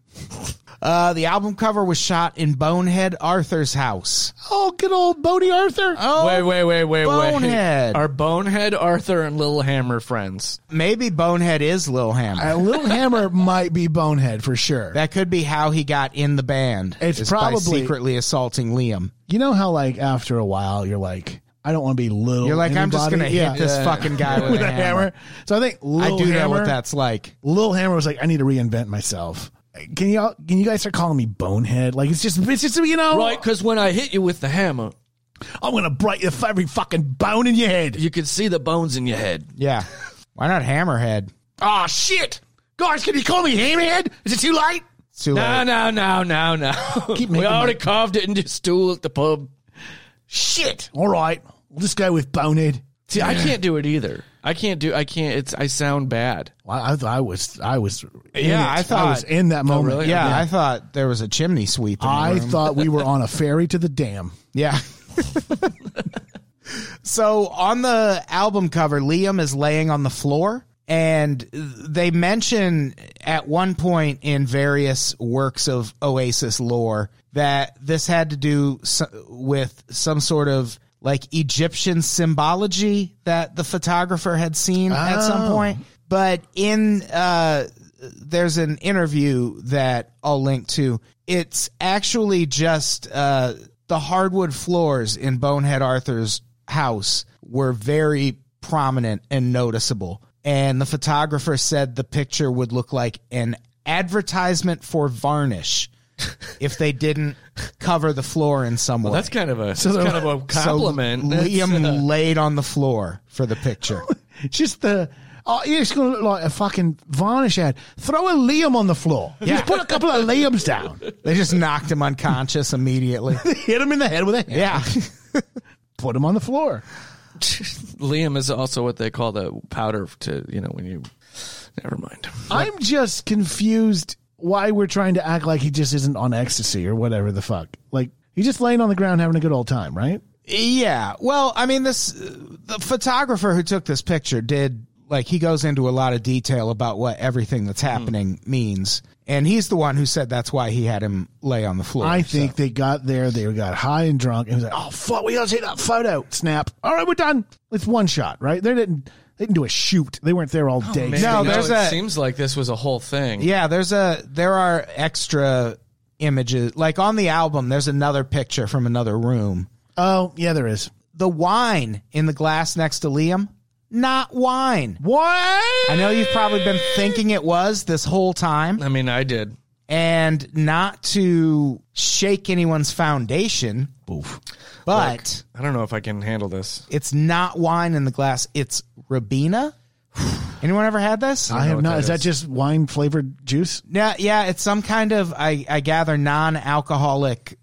C: Uh, the album cover was shot in Bonehead Arthur's house.
D: Oh, good old Bodie Arthur.
C: Oh,
E: wait, wait, wait, wait,
C: Bonehead.
E: wait. Are Bonehead, Arthur, and Little Hammer friends?
C: Maybe Bonehead is Lil Hammer.
D: A little hammer might be bonehead for sure.
C: that could be how he got in the band.
D: It's
C: is by
D: probably-
C: secretly assaulting Liam.
D: You know how like after a while you're like, I don't want to be little.
C: You're like, I'm just
D: anybody.
C: gonna hit this fucking guy with a hammer.
D: So I think Lil
C: I do know
D: Hammer-
C: what that's like.
D: Lil Hammer was like, I need to reinvent myself. Can y'all? Can you guys start calling me bonehead? Like it's just, it's just you know,
E: Right, because when I hit you with the hammer,
D: I'm gonna break your every fucking bone in your head.
E: you could see the bones in your head.
C: Yeah. Why not Hammerhead?
D: Ah, shit, guys, can you call me hammerhead? Is it too late?
C: It's too
E: No,
C: late.
E: no, no, no, no.
D: Keep
E: we
D: making
E: already carved it into a stool at the pub.
D: Shit. All right, we'll just go with bonehead.
E: See, I can't do it either. I can't do. I can't. It's. I sound bad.
D: Well, I, I was, I was, in
C: Yeah,
D: it.
C: I thought-
D: was in that moment.
E: really?
C: Yeah, I thought there was a chimney sweep. In the
D: I
C: room.
D: thought we were on a ferry to the dam.
C: Yeah. so on the album cover, Liam is laying on the floor, and they mention at one point in various works of Oasis lore that this had to do so- with some sort of like Egyptian symbology that the photographer had seen at some
D: Oh.
C: point. But in uh, there's an interview that I'll link to. It's actually just uh, the hardwood floors in Bonehead Arthur's house were very prominent and noticeable. And the photographer said the picture would look like an advertisement for varnish if they didn't cover the floor in some way.
E: That's kind of a. that's kind of a compliment.
C: So
E: That's,
C: Liam
E: uh,
C: laid on the floor for the picture.
D: Just the. Oh, yeah, it's going to look like a fucking varnish ad. Throw a Liam on the floor.
C: Yeah.
D: Just put a couple of Liams down.
C: they just knocked him unconscious immediately.
D: Hit him in the head with a hammer.
C: Yeah.
D: Put him on the floor.
E: Liam is also what they call the powder to you know when you. Never mind.
D: I'm just confused why we're trying to act like he just isn't on ecstasy or whatever the fuck. Like, he's just laying on the ground having a good old time, right?
C: Yeah. Well, I mean, this the photographer who took this picture did like he goes into a lot of detail about what everything
D: Hmm.
C: that's happening means, and he's the one who said that's why he had him lay on the floor.
D: I think they got there, they got high and drunk, and was like, "Oh fuck, we gotta take that photo." Snap. All right, we're done. It's one shot, right? They didn't, they didn't do a shoot. They weren't there all day.
E: Man,
C: No,
E: you know,
C: there's
E: it
C: a-
E: seems like this was a whole thing.
C: Yeah, there's a there are extra images like on the album. There's another picture from another room.
D: Oh yeah, there is.
C: The wine in the glass next to Liam, not wine.
D: What?
C: I know you've probably been thinking it was this whole time.
E: I mean, I did.
C: and not to shake anyone's foundation. But
E: I don't know if I can handle this.
C: it's not wine in the glass, it's Rabina. Anyone ever had this?
D: I have not. Is that just wine flavored juice?
C: Yeah, yeah, it's some kind of I I gather non-alcoholic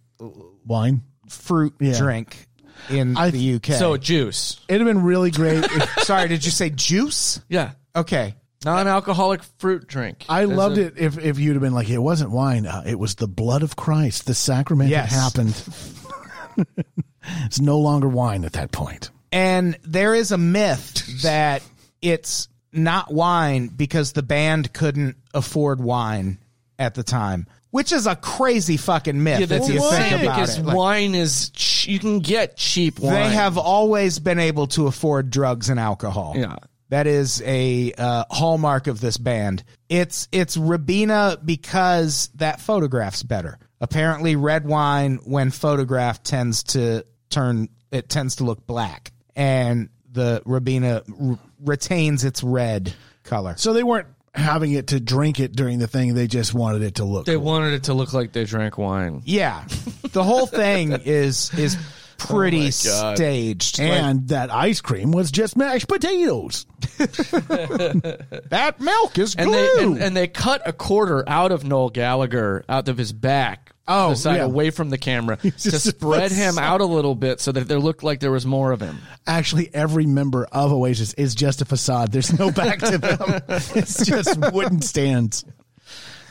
D: wine
C: fruit
D: Yeah.
C: drink in
D: I-
C: the UK.
E: So juice.
D: It'd have been really great. If,
C: sorry, did you say juice?
E: Yeah.
C: Okay.
E: Non-alcoholic fruit drink.
D: I
E: As
D: loved
E: in-
D: it if, if you'd have been like, it wasn't wine, uh, it was the blood of Christ, the sacrament
C: Yes.
D: that happened. it's no longer wine at that point.
C: And there is a myth that it's not wine because the band couldn't afford wine at the time, which is a crazy fucking myth.
E: Yeah, that's
C: if you think
E: insane
C: about
E: because
C: it. Like,
E: wine is ch- you can get cheap wine.
C: they have always been able to afford drugs and alcohol.
E: Yeah.
C: That is a uh, hallmark of this band. It's it's Rabina because that photograph's better. Apparently, red wine when photographed tends to turn it tends to look black, and the Rabina r- retains its red color.
D: So they weren't having it to drink it during the thing, they just wanted it to look.
E: They wanted it to look like they drank wine.
C: Yeah, the whole thing is is pretty
E: Oh God.
C: staged.
D: and that ice cream was just mashed potatoes.
C: that milk is
E: And they and, and they cut a quarter out of Noel Gallagher out of his back.
C: Oh,
E: to the side
D: yeah.
E: away from the camera to
D: just-
E: spread him out a little bit so that there looked like there was more of him.
D: Actually, every member of Oasis is just a facade. There's no back to them. it's just wooden stands.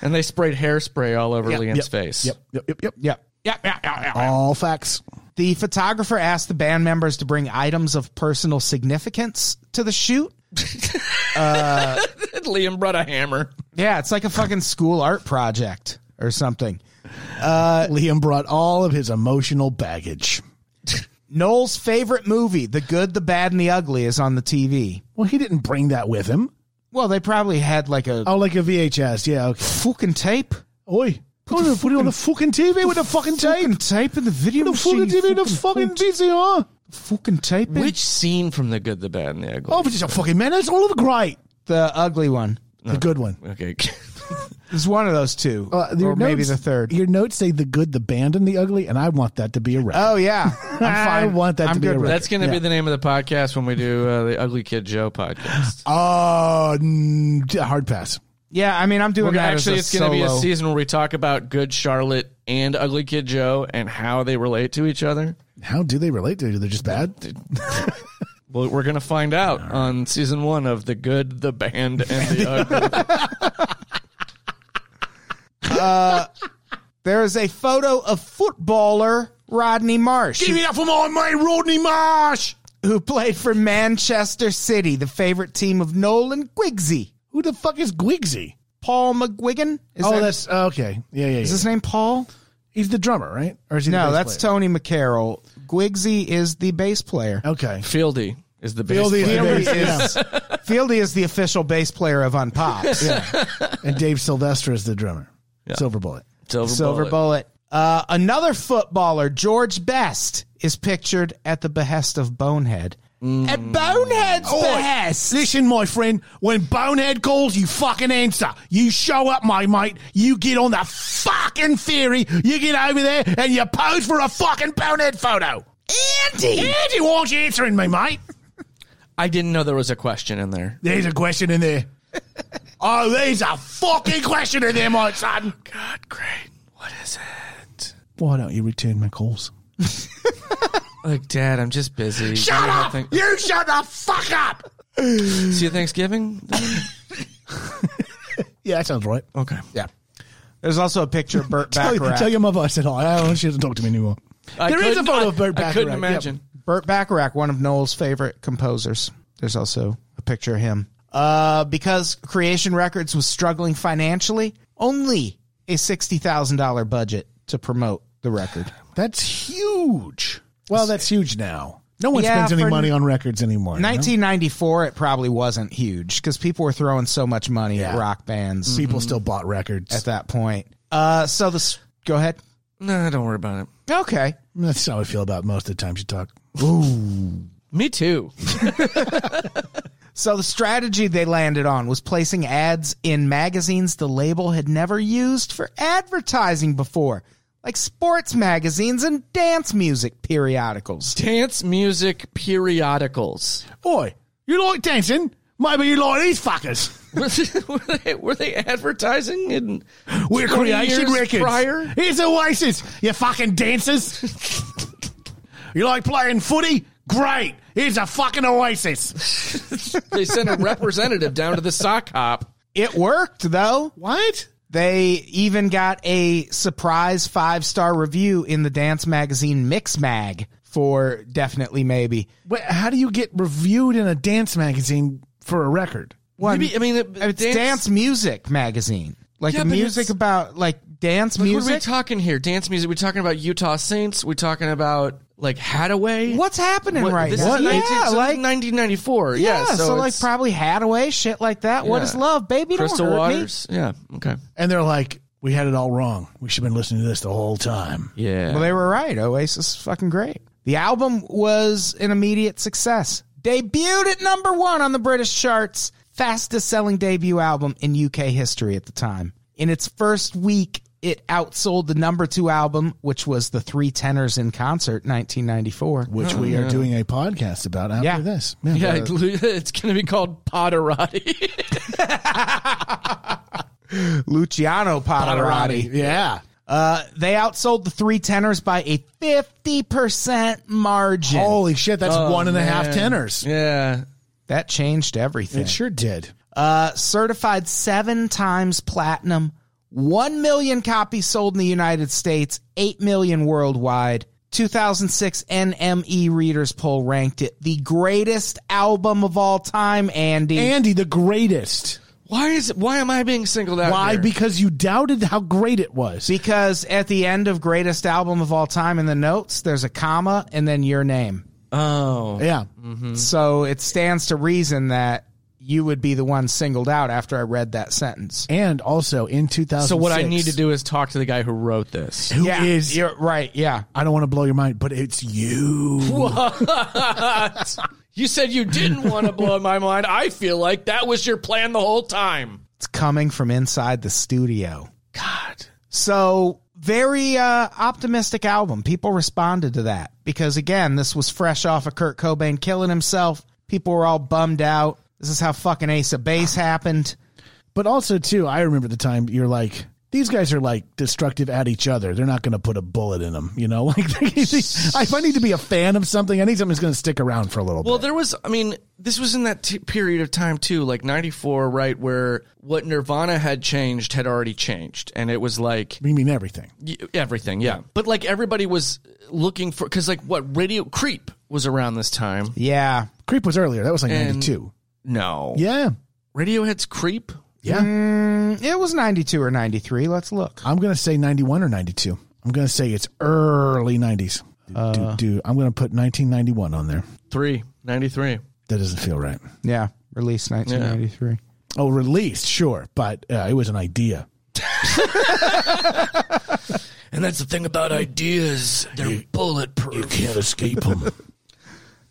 E: And they sprayed hairspray all over Liam's face.
D: Yep, yep, yep, yep.
C: Yep. Yep, yep, yep, yep.
D: All facts.
C: The photographer asked the band members to bring items of personal significance to the shoot.
E: Liam brought a hammer.
C: Yeah, it's like a fucking school art project or something.
D: Liam brought all of his emotional baggage.
C: Noel's favorite movie, The Good, the Bad, and the Ugly, is on the TV.
D: Well, he didn't bring that with him.
C: Well, they probably had like a
D: Oh, like a VHS. Yeah. Okay.
C: fucking tape.
D: Oi. Put, it, put it on the fucking TV with the fucking tape.
C: Fucking tape in the video
D: The fucking
C: machine.
D: TV, the fucking
C: fucking,
D: VCR.
C: fucking tape. in-
E: Which scene from The Good, the Bad, and the Ugly?
D: Oh, for just a fucking minute. It's all of the great.
C: The ugly one.
D: The good one.
E: okay.
C: There's one of those two.
D: Uh, your
C: or maybe
D: notes-
C: the third.
D: Your notes say the good, the band, and the ugly, and I want that to be a record.
C: Oh, yeah. I'm fine.
D: I want that
C: I'm
D: to be
C: good
D: a
C: with
D: record.
E: That's going to
D: Yeah.
E: be the name of the podcast when we do uh, the Ugly Kid Joe podcast.
D: Oh, mm, hard pass.
C: Yeah, I mean, I'm doing
E: We're gonna,
C: that
E: actually,
C: as
E: it's
C: a
E: going to be a
C: solo.
E: season where we talk about Good Charlotte and Ugly Kid Joe and how they relate to each other.
D: How do they relate to it? They're just bad.
E: Well, we're going to find out on season one of The Good, The Band, and The Ugly.
C: There is a photo of footballer Rodney Marsh. Give me that for my mate, Rodney Marsh! Who played for Manchester City, the favorite team of Nolan Quigsy.
D: Who the fuck is Gwigsy?
C: Paul McGuigan? Is
D: oh,
C: that-
D: that's okay. Yeah, yeah, yeah.
C: is his name Paul?
D: He's the drummer, right? Or is he?
C: No,
D: the
C: that's
D: bass player? Uh,
C: Tony McCarroll. Quigsy is the bass player.
D: okay.
E: Fieldy is the bass
D: Fieldy
E: player.
D: and,
C: Fieldy
D: Dave, yeah.
C: is, Fieldy is the official bass player of Unpops.
D: and Dave Sylvester is the drummer. Silver Bullet.
E: Silver,
C: Silver
E: Bullet.
C: Bullet. Uh, another footballer, George Best, is pictured at the behest of Bonehead.
D: Mm.
C: At Bonehead's
D: Oh,
C: behest!
D: Listen, my friend, when Bonehead calls, you fucking answer. You show up, my mate. You get on the fucking ferry. You get over there and you pose for a fucking Bonehead photo. Andy! Andy, why aren't you answering me, mate?
E: I didn't know there was a question in there.
D: There's a question in there. oh, there's a fucking question in there, my son.
E: God, great. What is it?
D: Why don't you return my calls?
E: Like, Dad, I'm just busy.
D: Shut
E: You have
D: up!
E: thank-
D: You shut the fuck up!
E: See you Thanksgiving? then?
D: Yeah, that sounds right.
E: okay.
C: Yeah. There's also a picture of Burt
D: Tell,
C: Bacharach.
D: tell your mother I said hi. I don't, she doesn't talk to me anymore.
E: I
D: There is
E: couldn't-
D: a photo
E: I-
D: of Burt
E: I couldn't
D: Bacharach, yep.
E: imagine.
C: Burt Bacharach, one of Noel's favorite composers. There's also a picture of him. Uh, because Creation Records was struggling financially, only a $60,000 budget to promote the record.
D: That's huge. Well, that's huge now. No one
C: Yeah,
D: spends any
C: for-
D: money on records anymore. you know?
C: 1994, it probably wasn't huge because people were throwing so much money at
D: Yeah.
C: rock bands
D: people still bought records.
C: at that point. Uh, so this, go ahead.
E: No, don't worry about it.
C: Okay.
D: That's how I feel about most of the times you talk.
E: Me too.
C: So the strategy they landed on was placing ads in magazines the label had never used for advertising before, like sports magazines and dance music periodicals.
E: Dance music periodicals.
D: Oi, you like dancing? Maybe you like these fuckers.
E: were, they, were they advertising in
D: We're
E: 20
D: Creation
E: years
D: Records.
E: prior?
D: Here's Oasis, you fucking dancers. you like playing footy? Great. Here's a fucking Oasis.
E: they sent a representative down to the sock hop.
C: It worked though.
D: What?
C: They even got a surprise five star review in the dance magazine Mix Mag for definitely maybe.
D: Wait, how do you get reviewed in a dance magazine for a record?
C: One,
E: Maybe I mean it,
C: it's dance, music magazine, like
E: Yeah,
C: a
E: but
C: music
E: it's-
C: about like dance
E: Like, What are we
C: music.
E: talking here? Dance music. We're talking about Utah Saints. We're talking about like Hadaway.
C: What's happening
E: What-
C: right
E: this
C: now?
E: Is 19,
C: Yeah,
E: so this is
C: like-
E: 1994. Yeah,
C: Yeah, so, like
E: it's-
C: probably Hadaway, shit like that. What
E: Yeah.
C: is love, baby? Don't
E: Crystal
C: hurt
E: Waters. Yeah. Okay.
D: And they're like, we had it all wrong. We should have been listening to this the whole time.
E: Yeah.
C: Me. Well, they were right. Oasis is fucking great. The album was an immediate success. Debuted at number one on the British charts, fastest selling debut album in UK history at the time. In its first week, it outsold the number two album, which was The Three Tenors in Concert, 1994.
D: Which we are doing a podcast about after
C: Yeah.
D: this.
E: Oh, yeah, it's going to be called Potterati.
C: Luciano Pavarotti.
D: Yeah.
C: Uh, they outsold the three tenors by a 50% margin.
D: Holy shit, that's
E: Oh,
D: one and a half tenors.
E: yeah.
C: That changed everything.
D: It sure did.
C: Uh, certified seven times platinum, 1 million copies sold in the United States, 8 million worldwide. 2006 NME E Readers Poll ranked it the greatest album of all time, Andy.
D: Andy, the greatest.
E: Why is why am I being singled out?
D: Why?
E: here?
D: Because you doubted how great it was.
C: because at the end of greatest album of all time in the notes, there's a comma and then your name.
E: oh,
D: Yeah. Mm-hmm.
C: So it stands to reason that you would be the one singled out after I read that sentence.
D: And also in 2006.
E: so what I need to do is talk to the guy who wrote this.
D: who
C: yeah,
D: is-
C: you're right. Yeah,
D: I don't want to blow your mind, but it's you.
E: You said you didn't want to blow my mind. I feel like that was your plan the whole time.
C: it's coming from inside the studio. God. So very uh, optimistic album. People responded to that because again, this was fresh off of Kurt Cobain killing himself. People were all bummed out. This is how fucking Ace of Base happened.
D: But also, too, I remember the time you're like, these guys are like destructive at each other. They're not going to put a bullet in them, you know. Like, they- if I need to be a fan of something, I need something that's going to stick around for a little
E: Well,
D: bit.
E: there was, I mean, this was in that t- period of time too, like 94, right, where what Nirvana had changed had already changed. And it was like
D: We mean everything.
E: y- everything, yeah. But like everybody was looking for, because like what, Radio Creep was around this time.
C: Yeah,
D: Creep was earlier. That was like
E: And-
D: ninety two.
E: No.
D: Yeah,
E: Radiohead's Creep?
D: yeah.
C: it was ninety two or ninety three. Let's look.
D: I'm going to say ninety one or ninety two. I'm going to say it's early nineties. Dude, I'm going to put nineteen ninety one on there.
E: Three, 93.
D: That doesn't feel right.
C: Yeah, released nineteen ninety three.
D: Oh, released, sure, but uh, it was an idea.
E: And that's the thing about ideas. They're bulletproof.
D: Can't escape them.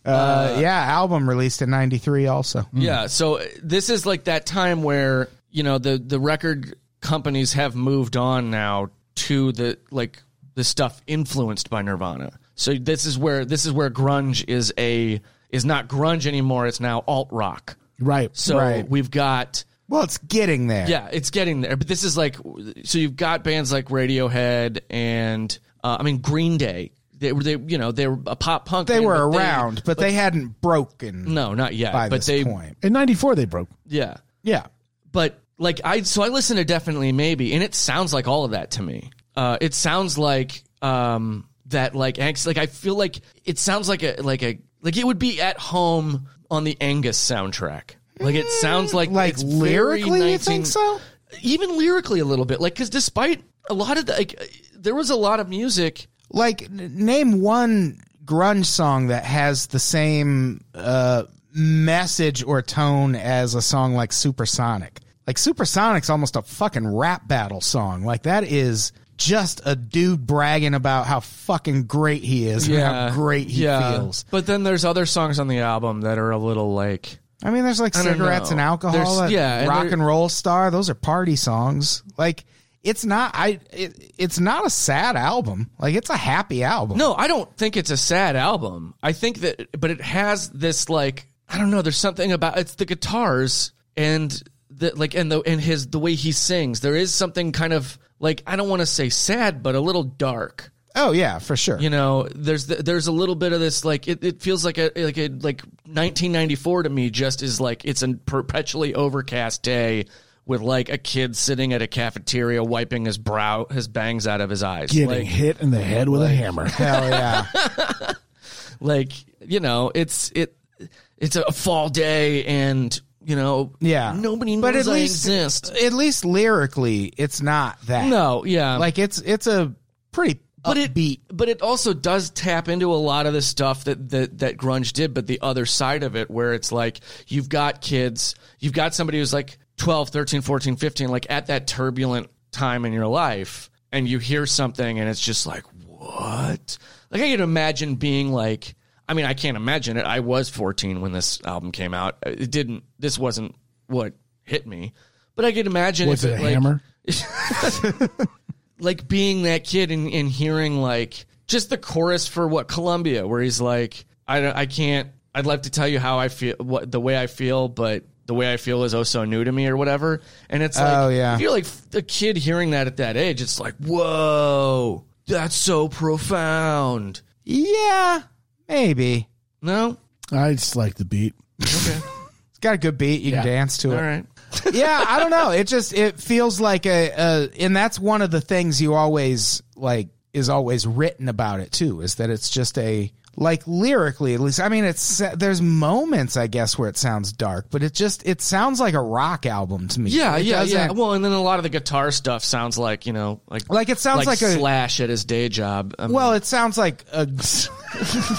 C: Uh, yeah, album released in '93 also.
E: Yeah, so uh, this is like that time where you know the the record companies have moved on now to the like the stuff influenced by Nirvana. So this is where this is where grunge is a is not grunge anymore. It's now alt rock.
D: right.
E: So we've got
C: Well, it's getting there.
E: yeah, it's getting there. But this is like so you've got bands like Radiohead and uh, I mean Green Day. They were they you know they were a pop punk.
C: They
E: band,
C: were
E: but
C: around, but they hadn't broken
E: no not yet.
C: by
E: but
C: this
E: they
C: point.
D: in ninety four they broke.
E: yeah
C: Yeah.
E: but like I so I listen to definitely maybe and it sounds like all of that to me. Uh, it sounds like um that like angst like I feel like it sounds like a like a like it would be at home on the Angus soundtrack. Like it sounds like
C: Mm, Like
E: it's very
C: lyrically, you
E: 19
C: think so?
E: Even lyrically a little bit like cuz despite a lot of the like uh, there was a lot of music
C: Like, n- name one grunge song that has the same uh, message or tone as a song like Supersonic. Like, Supersonic's almost a fucking rap battle song. Like, that is just a dude bragging about how fucking great he is and how great he
E: Uh, yeah.
C: feels.
E: But then there's other songs on the album that are a little like
C: I mean, there's like
E: I don't
C: cigarettes
E: know.
C: and alcohol,
E: There's-
C: and
E: yeah, and
C: rock
E: there-
C: and roll star. Those are party songs. Like it's not, I it, it's not a sad album. Like it's a happy album.
E: No, I don't think it's a sad album. I think that, but it has this like I don't know. There's something about it's the guitars and the like and the and his the way he sings. There is something kind of like I don't want to say sad, but a little dark.
C: Oh yeah, for sure.
E: You know, there's the, there's a little bit of this like it, it feels like a like a like 1994 to me. Just is like it's a perpetually overcast day with like a kid sitting at a cafeteria wiping his brow his bangs out of his eyes
D: Getting
E: Like-
D: hit in the head with a hammer.
C: Hell yeah.
E: like you know it's it it's a fall day and you know
C: Yeah.
E: nobody
C: but
E: knows
C: at
E: I
C: least,
E: exist.
C: At least lyrically, it's not that.
E: No, yeah.
C: Like it's it's a pretty
E: but it
C: upbeat.
E: but it also does tap into a lot of the stuff that that that grunge did but the other side of it where it's like you've got kids you've got somebody who's like 12 13 14 15 like at that turbulent time in your life and you hear something and it's just like what like i can imagine being like i mean i can't imagine it i was 14 when this album came out it didn't this wasn't what hit me but i could imagine
D: Was it
E: if
D: a
E: like,
D: hammer?
E: like being that kid and, and hearing like just the chorus for what Columbia, where he's like, I don't- I can't. I'd like to tell you how I feel, what the way I feel, but the way I feel is oh so new to me or whatever. And it's like,
C: Oh, yeah.
E: if you're like a kid hearing that at that age, it's like, whoa, that's so profound.
C: Yeah, maybe.
E: No,
D: I just like the beat.
C: it's got a good beat. You can dance to it.
E: All right.
C: yeah, I don't know. It just it feels like a, a and that's one of the things you always like is always written about it too is that it's just a like lyrically at least. I mean, it's there's moments I guess where it sounds dark, but it just it sounds like a rock album to me.
E: Yeah,
C: It
E: yeah, yeah.
C: doesn't-
E: Well, and then a lot of the guitar stuff sounds like you know, like
C: Like, it sounds like a-
E: Slash at his day job. I mean-
C: Well, it sounds like a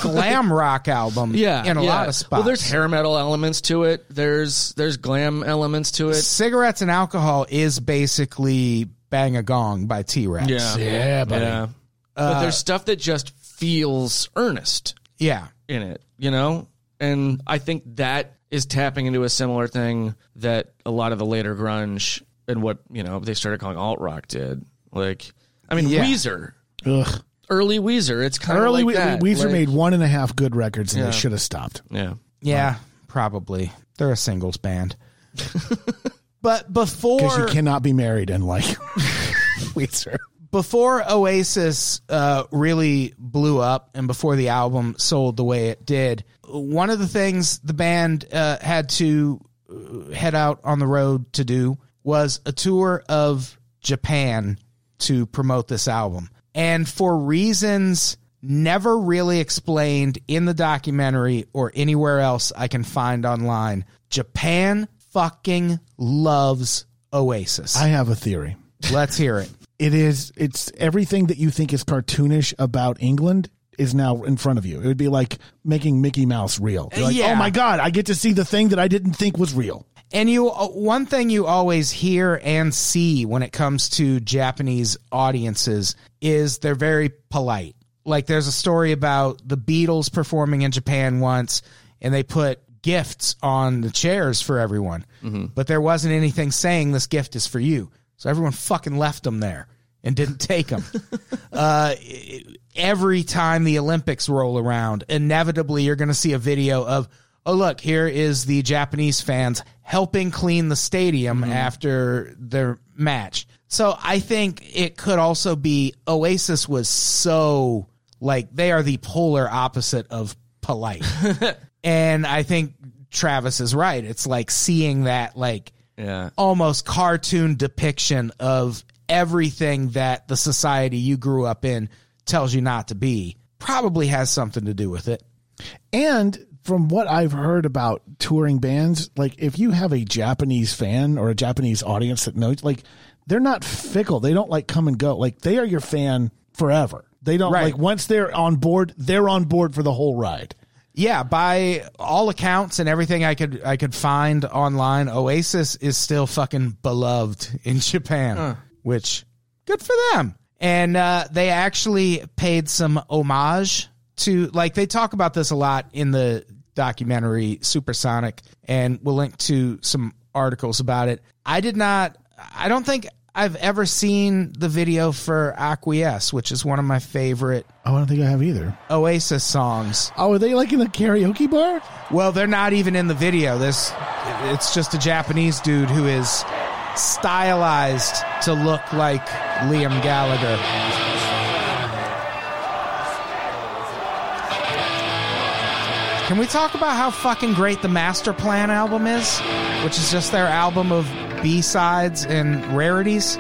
C: glam rock album.
E: Yeah,
C: in a
E: yeah.
C: lot of spots.
E: Well, there's hair metal elements to it. There's there's glam elements to it.
C: cigarettes and alcohol is basically bang a gong by T Rex.
E: Yeah,
D: buddy.
E: but
C: Uh,
E: there's stuff that just feels earnest
C: yeah.
E: in it, you know. And I think that is tapping into a similar thing that a lot of the later grunge and what you know they started calling alt rock did. Like, I mean,
D: Yeah.
E: Weezer,
D: Ugh.
E: early Weezer. It's kind of
D: Early
E: like
D: we,
E: that.
D: Weezer
E: Like-
D: made one and a half good records, and
E: Yeah.
D: they should have stopped.
E: yeah.
C: Yeah, probably. They're a singles band. but
D: Because you
C: before
D: cannot be married and like Weezer.
C: before Oasis uh, really blew up and before the album sold the way it did, one of the things the band uh, had to uh, head out on the road to do was a tour of Japan to promote this album. And for reasons never really explained in the documentary or anywhere else I can find online, Japan fucking loves Oasis.
D: I have a theory.
C: Let's hear it.
D: It is. It's everything that you think is cartoonish about England is now in front of you. It would be like making Mickey Mouse real. You're like,
C: Yeah.
D: oh my god, I get to see the thing that I didn't think was real.
C: And you, uh, one thing you always hear and see when it comes to Japanese audiences is they're very polite. Like there's a story about the Beatles performing in Japan once, and they put gifts on the chairs for everyone, but there wasn't anything saying this gift is for you. So everyone fucking left them there and didn't take them. uh, every time the Olympics roll around, inevitably you're going to see a video of, oh, look, here is the Japanese fans helping clean the stadium after their match. So I think it could also be Oasis was so like they are the polar opposite of polite. and I think Travis is right. It's like seeing that like
E: Yeah.
C: almost cartoon depiction of everything that the society you grew up in tells you not to be probably has something to do with it.
D: And from what I've heard about touring bands, like if you have a Japanese fan or a Japanese audience that knows, like they're not fickle. They don't like come and go. Like they are your fan forever. They don't
C: Right.
D: like once they're on board, they're on board for the whole ride.
C: Yeah, by all accounts and everything I could I could find online, Oasis is still fucking beloved in Japan, which good for them. And uh, they actually paid some homage to like they talk about this a lot in the documentary Supersonic, and we'll link to some articles about it. I did not. I don't think I've ever seen the video for Acquiesce, which is one of my favorite
D: Oh, I don't think I have either.
C: Oasis songs.
D: Oh, are they like in a karaoke bar?
C: Well, they're not even in the video. This it's just a Japanese dude who is stylized to look like Liam Gallagher. Can we talk about how fucking great the Master Plan album is, which is just their album of B-sides and rarities?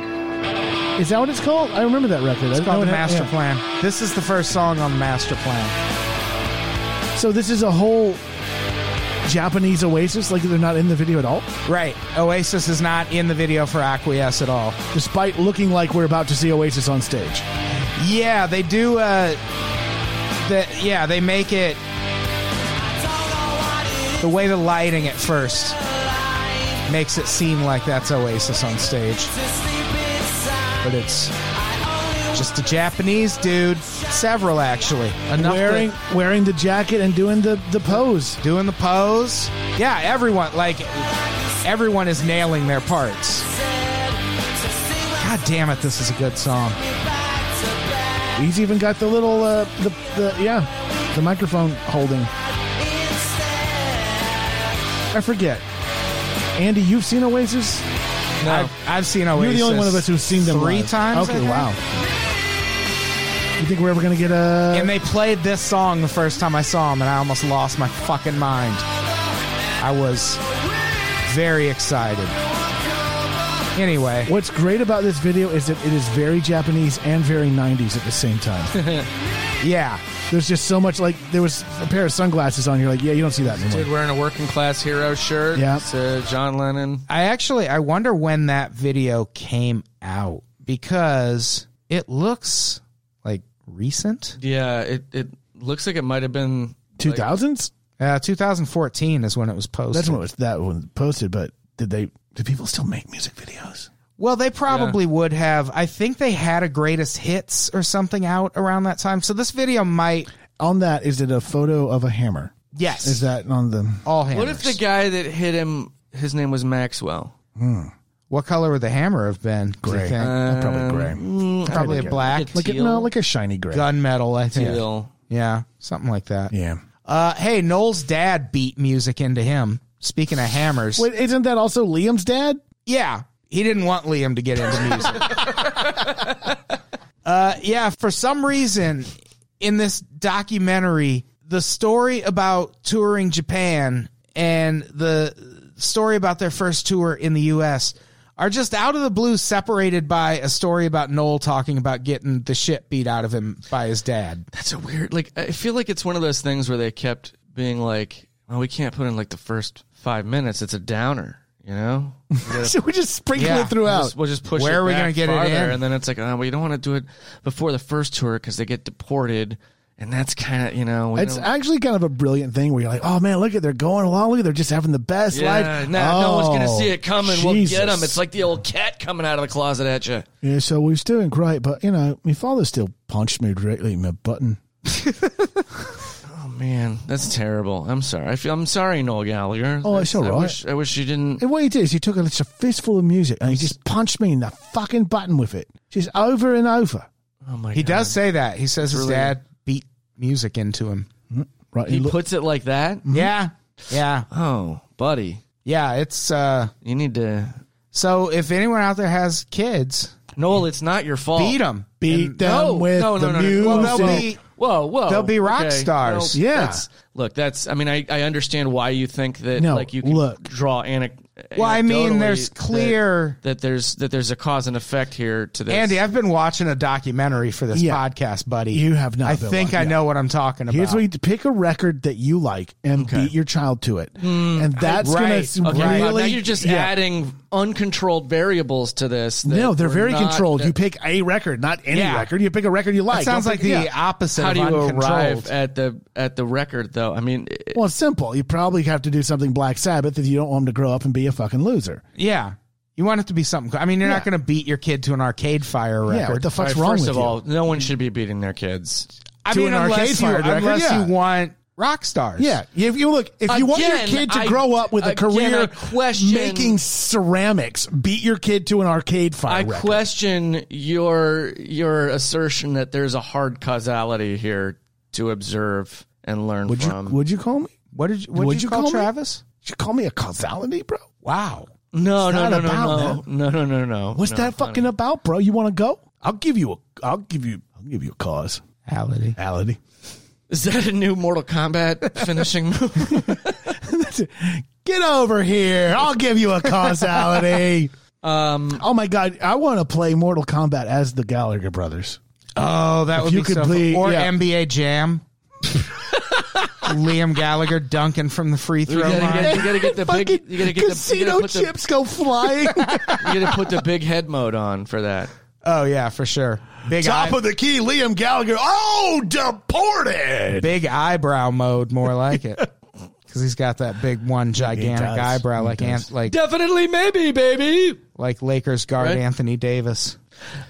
D: Is that what it's called? I remember that record.
C: It's
D: I
C: called
D: know
C: The
D: it had-
C: Master
D: yeah.
C: Plan. This is the first song on the Master Plan.
D: So this is a whole Japanese Oasis. Like they're not in the video at all,
C: Right. Oasis is not in the video for Acquiesce at all.
D: despite looking like we're about to see Oasis on stage.
C: Yeah, they do. Uh, the, yeah, they make it the way the lighting at first makes it seem like that's Oasis on stage, but it's just a Japanese dude. Several actually. Enough
D: wearing
C: that-
D: wearing the jacket and doing the the pose.
C: doing the pose. Yeah, everyone like everyone is nailing their parts. God damn it, this is a good song.
D: He's even got the little uh, the the yeah the microphone holding. I forget. Andy, you've seen Oasis?
C: No. I've, I've seen Oasis.
D: You're the only one of us who's seen them
C: three
D: live.
C: times. I
D: Okay,
C: think.
D: wow. You think we're ever gonna get a?
C: And they played this song the first time I saw them, and I almost lost my fucking mind. I was very excited. Anyway,
D: What's great about this video is that it is very Japanese and very 90s at the same time.
C: yeah,
D: There's just so much like there was a pair of sunglasses on. You're like, yeah, you don't see that anymore.
E: Dude wearing a working class hero shirt.
D: Yeah.
E: It's uh, John Lennon.
C: I actually I wonder when that video came out because it looks like recent.
E: Yeah, it, it looks like it might have been.
D: Two
E: like-
D: thousands?
C: Uh, 2014 is when it was posted.
D: That's when it was that one posted. But did they? Did people still make music videos?
C: Well, they probably would have. I think they had a greatest hits or something out around that time. So this video might
D: On that, is it a photo of a hammer?
C: yes.
D: Is that on the? oh,
C: all hammers?
E: What if the guy that hit him, his name was Maxwell?
C: What color would the hammer have been? do you
D: Gray. Uh,
C: think?
E: Uh,
D: probably gray.
C: Probably a black
D: Like a, no, like a shiny gray.
C: gunmetal. I think.
E: Deal.
C: Yeah, something like that.
D: Yeah.
C: Uh, hey, Noel's dad beat music into him. Speaking of hammers,
D: Wait, isn't that also Liam's dad?
C: yeah, he didn't want Liam to get into music. uh, yeah, for some reason in this documentary, the story about touring Japan and the story about their first tour in the U.S. are just out of the blue separated by a story about Noel talking about getting the shit beat out of him by his dad.
E: That's a weird. Like, I feel like it's one of those things where they kept being like, "Well, we can't put in like the first five minutes. It's a downer." You know, We'll
D: So we just sprinkle
C: Yeah.
D: it throughout.
E: just, we'll just push.
C: Where
E: it
C: are we
E: back
C: gonna get it
E: farther,
C: in?
E: And then it's like, oh, well, you don't want to do it before the first tour because they get deported, and that's kind of you know. we
D: It's
E: don't-
D: actually kind of a brilliant thing where you're like, oh man, look at they're going along, look at they're just having the best
E: yeah,
D: life.
E: nah, no one's gonna
D: Oh,
E: see it coming. We'll
D: Jesus.
E: get them. It's like the old cat coming out of the closet at you.
D: yeah. So we're doing great, but you know, my father still punched me directly in my button.
E: Oh man, that's terrible. I'm sorry. I feel, I'm sorry, Noel Gallagher.
D: Oh, it's
E: That's-
D: all
E: I
D: right.
E: wish, I wish you didn't.
D: And what he did is he took a, just a fistful of music and he just punched me in the fucking button with it, just over and over.
E: Oh my
C: He
E: God.
C: does say that. He says his
E: really-
C: dad beat music into him.
D: Right.
E: He
D: look- Mm.
E: puts it like that.
C: Yeah. Yeah.
E: Oh, buddy,
C: Yeah. It's uh
E: you need to
C: so if anyone out there has kids,
E: Noel, it's not your fault.
C: beat them.
D: beat them with the music.
C: Well, they'll be
E: Whoa, whoa!
C: They'll be rock stars.
E: No,
D: Yeah.
E: Oh, that's- look, that's. I mean, I, I understand why you think that.
D: No,
E: like you can
D: look.
E: draw anec-
C: Well, I mean,
E: anecdotally
C: there's
E: that-
C: clear-
E: that, there's that there's a cause and effect here to this.
C: Andy, I've been watching a documentary for this
D: Yeah.
C: podcast, buddy.
D: You have not
C: I
D: been
C: think
D: watching-
C: I
D: yeah.
C: know what I'm talking about.
D: Here's what you do. pick a record that you like and beat your child to it, and that's
C: Hmm. right.
D: gonna
E: okay,
D: really.
E: wow, now you're just
D: yeah.
E: adding uncontrolled variables to this. that
D: No, they're
E: were
D: very
E: not-
D: controlled.
E: that-
D: you pick a record, not any
C: Yeah.
D: record. You pick a record you
C: that
D: like.
C: sounds
D: Don't
C: like the
D: pick- yeah.
C: opposite
E: how
C: of
E: do you arrive
C: uncontrolled.
E: at the at the record though? I mean, it-
D: Well, it's simple. You probably have to do something Black Sabbath if you don't want them to grow up and be a fucking loser.
C: yeah. You want it to be something. I mean, you're not
D: Yeah.
C: going to beat your kid to an arcade fire record.
D: Yeah, what the fuck's
E: all right,
D: wrong
E: first
D: with
E: of
D: you?
E: all, no one should be beating their kids.
C: I
D: to
C: mean,
D: an arcade
C: unless you,
D: fire record,
C: unless
D: yeah.
C: you want rock stars.
D: Yeah, if you look, if you want your
C: Again,
D: kid to
C: I-
D: grow up with a
C: again, I
D: career
E: question-
D: making ceramics, beat your kid to an arcade
E: I
D: fire. record.
E: question your your assertion that there's a hard causality here to observe and learn
D: would
E: from.
D: you would you call me?
C: What did you,
E: what'd you call Travis?
D: Me? Did you call me a causality, bro?
C: Wow.
E: no,
D: It's
E: no,
D: not
E: no, no,
D: about
E: no, no, no, no, no.
D: What's
E: no,
D: that fucking about, bro? You want to go? I'll give you a. I'll give you. I'll give you a cause.
C: Ality.
D: Ality.
E: Is that a new Mortal Kombat finishing move?
D: Get over here. I'll give you a causality. um. Oh my god, I want to play Mortal Kombat as the Gallagher brothers.
C: Oh, that
D: If
C: would
D: you
C: be
D: could
C: so fun.
D: please-
C: or
D: yeah.
C: NBA Jam. Liam Gallagher dunking from the free
E: You
C: throw
E: gotta,
C: line.
E: get, you gotta get the big. You gotta get the, you
D: Casino
E: gotta put the,
D: chips go flying.
E: you gotta put the big head mode on for that.
C: Oh yeah, for sure. Big
D: Top
C: eye,
D: of the key, Liam Gallagher. Oh, deported.
C: big eyebrow mode, more like it, because he's got that big one gigantic
D: does.
C: eyebrow,
D: He
C: like
D: does.
C: Ant, like
E: Definitely, maybe, baby.
C: like Lakers guard
E: Right.
C: Anthony Davis,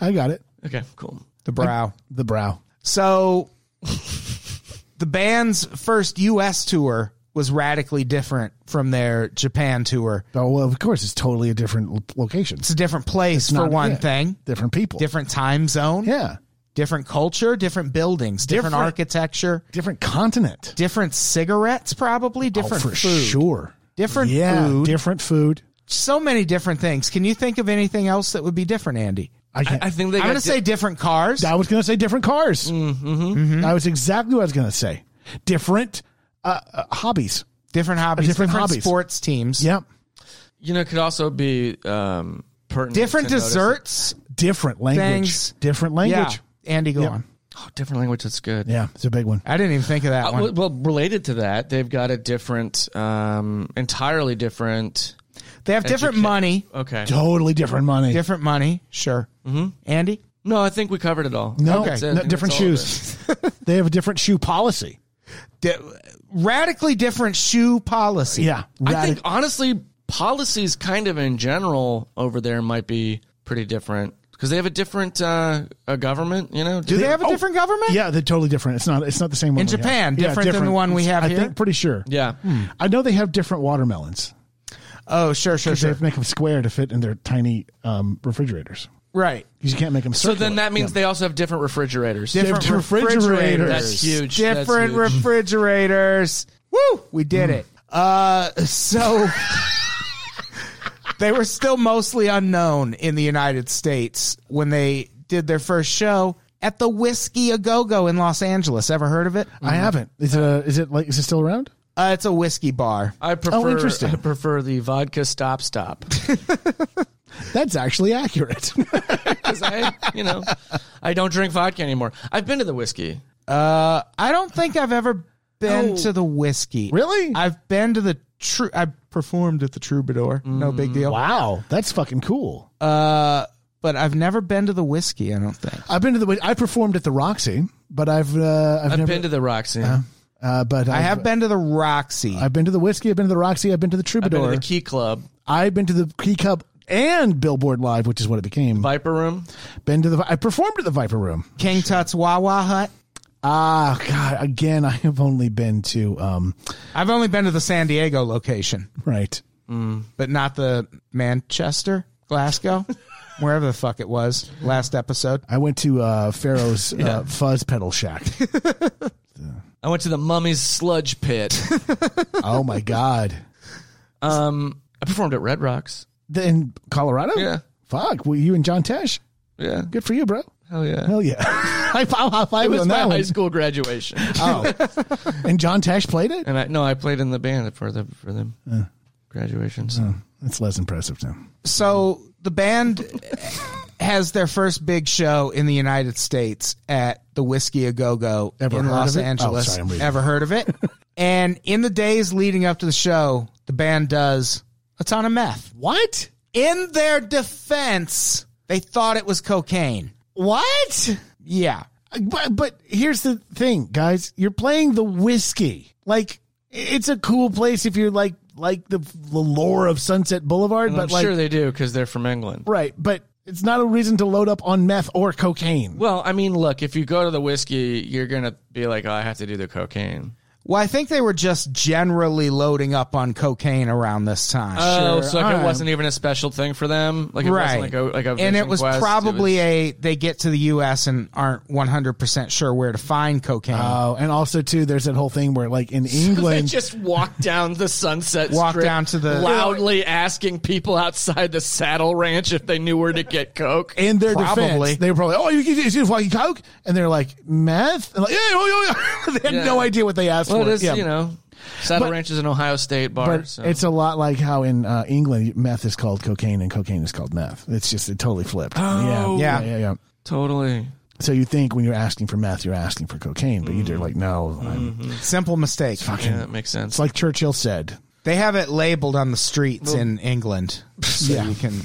D: I got it.
E: Okay, cool.
C: the brow.
D: The brow.
C: So the band's first U.S. tour was radically different from their Japan tour.
D: Oh well, of course, it's totally a different lo- location.
C: It's a different place for
D: not-
C: one
D: yeah.
C: thing,
D: Different people.
C: different time zone,
D: Yeah.
C: different culture, different buildings, different,
D: Different-
C: architecture,
D: Different continent.
C: different cigarettes, probably different
D: oh, for
C: food,
D: sure.
C: different
D: yeah.
C: food,
D: Different food.
C: so many different things. Can you think of anything else that would be different, Andy?
D: I can't.
E: I
D: I,
E: think they.
C: I'm
E: got
C: going to
E: di-
C: say different cars.
D: was going to say different cars.
C: Mm,
D: Mm-hmm. That was exactly what I was going to say. Different uh, uh, hobbies.
C: Different hobbies,
D: Different
C: different,
D: hobbies.
C: sports teams,
D: Yep.
E: you know, it could also be um, pertinent.
C: different
E: to notice that-
C: desserts,
D: Different language.
C: Things.
D: Different language.
C: Yeah. Andy, go
D: Yep.
C: on.
E: Oh, different language. That's good.
D: Yeah. it's a big one.
C: I didn't even think of that
E: Uh,
C: one.
E: well, well, related to that, they've got a different, um, entirely different.
C: They have different
E: Educa-
C: money.
E: Okay.
D: Totally different money.
C: Different money, sure. Mm-hmm. Andy,
E: No, I think we covered it all.
D: no,
E: That's it. I
D: no,
E: think
D: different
E: that's all of
D: shoes. they have a different shoe policy.
C: Di- radically different shoe policy.
D: Yeah.
E: it. I
D: Radic-
E: think honestly, policies kind of in general over there might be pretty different because they have a different uh, a government. You know,
C: Do they have a
D: Oh,
C: different government?
D: Yeah, they're totally different. It's not. It's not the same one
C: In
D: we have.
C: Japan,
D: Yeah,
C: different than the one we have
D: I
C: here?
D: think pretty sure. Hmm.
E: Yeah.
D: I know they have different watermelons.
C: Oh, sure, sure,
D: They
C: sure.
D: have to make them square to fit in their tiny um, refrigerators.
C: Right.
D: 'Cause you can't make them.
E: So then that means they also have different refrigerators.
C: Different
D: Different refrigerators.
C: refrigerators.
E: That's huge. That's
C: Different
E: huge.
C: refrigerators. Woo! We did it.
D: Mm.
C: Uh, so they were still mostly unknown in the United States when they did their first show at the Whiskey A Go Go in Los Angeles. Ever heard of it?
D: I haven't. Is it? A, is it like? Is it still around?
C: Uh, it's a whiskey bar.
E: I prefer.
D: interesting.
E: I prefer the vodka stop stop
D: That's actually accurate.
E: because I, you know, I don't drink vodka anymore. I've been to the whiskey.
C: Uh, I don't think I've ever been to the whiskey.
D: Oh. Really?
C: I've been to the true. I performed at the Troubadour. No big deal.
D: Mm. wow, that's fucking cool.
C: Uh, but I've never been to the whiskey. I don't think.
D: I've been to the. I performed at the Roxy, but I've uh, I've,
E: I've
D: never.
E: been to the Roxy.
D: uh, but
C: I
D: I've,
C: have been to the Roxy.
D: I've been to the whiskey. I've been to the Roxy. I've been to the
E: I've been
D: Troubadour.
E: to the Key Club,
D: I've been to the Key Cup and Billboard Live, which is what it became.
E: Viper Room.
D: Been to the. I performed at the Viper Room.
C: King Tut's Wawa Hut.
D: Ah, God. Again, I have only been to. um
C: I've only been to the San Diego location,
D: Right.
C: but not the Manchester, Glasgow, wherever the fuck it was last episode.
D: I went to uh, Pharaoh's uh, Fuzz Pedal Shack.
E: I went to the Mummy's Sludge Pit.
D: oh my God!
E: Um, I performed at Red Rocks.
D: The- In Colorado?
E: Yeah.
D: Fuck. Were you and John Tesh?
E: Yeah.
D: Good for you, bro.
E: Hell yeah.
D: Hell yeah! I will high
E: It
D: five
E: was
D: on
E: my
D: that
E: high
D: one.
E: school graduation,
D: And John Tesh played it.
E: and I no, I played in the band for the for them graduations.
D: That's less impressive now.
C: so the band has their first big show in the United States at the Whiskey A Go Go in
D: heard
C: Los
D: of it? Oh,
C: Angeles.
D: sorry, I'm reading.
C: Ever heard of it? and in the days leading up to the show, the band does a ton of meth.
D: What?
C: In their defense, they thought it was cocaine.
D: What?
C: Yeah.
D: But, but here's the thing, guys. You're playing the whiskey. Like it's a cool place if you're like like the, the lore of Sunset Boulevard.
E: And
D: but
E: I'm
D: like
E: sure they do because they're from England.
D: Right, but it's not a reason to load up on meth or cocaine.
E: Well, I mean, look, if you go to the whiskey, you're gonna be like, oh, I have to do the cocaine.
C: Well, I think they were just generally loading up on cocaine around this time.
E: Oh, so like
C: All
E: it
C: right.
E: wasn't even a special thing for them. Like it
C: right.
E: wasn't like a like a
C: and it
E: Vision
C: was
E: Quest,
C: probably a they get to the U.S. and aren't 100% sure where to find cocaine.
D: Oh, and also too, there's that whole thing where like in
E: They
D: England,
E: just walked down the sunset
C: Walked
E: strip,
C: down to the-
E: loudly asking people outside the saddle ranch if they knew where to get coke.
D: in their defense, they were probably, oh, you can just use fucking coke, and they're like meth. And like, yeah, oh, yeah, yeah. they had
E: Yeah.
D: no idea what they asked
E: well,
D: for.
E: it is
D: Yeah.
E: you know saddle
D: But-
E: ranch is an Ohio State bar.
D: But
E: so.
D: it's a lot like how in uh, England meth is called cocaine and cocaine is called meth. It's just it totally flipped.
E: Oh.
D: yeah, yeah, yeah, yeah.
E: Totally.
D: So you think when you're asking for meth, you're asking for cocaine, but
E: Mm-hmm.
D: you're like, no, I'm
C: Simple mistake.
D: fucking.
E: that makes sense.
D: It's like Churchill said.
C: They have it labeled on the streets in England, so
D: Yeah.
C: you can,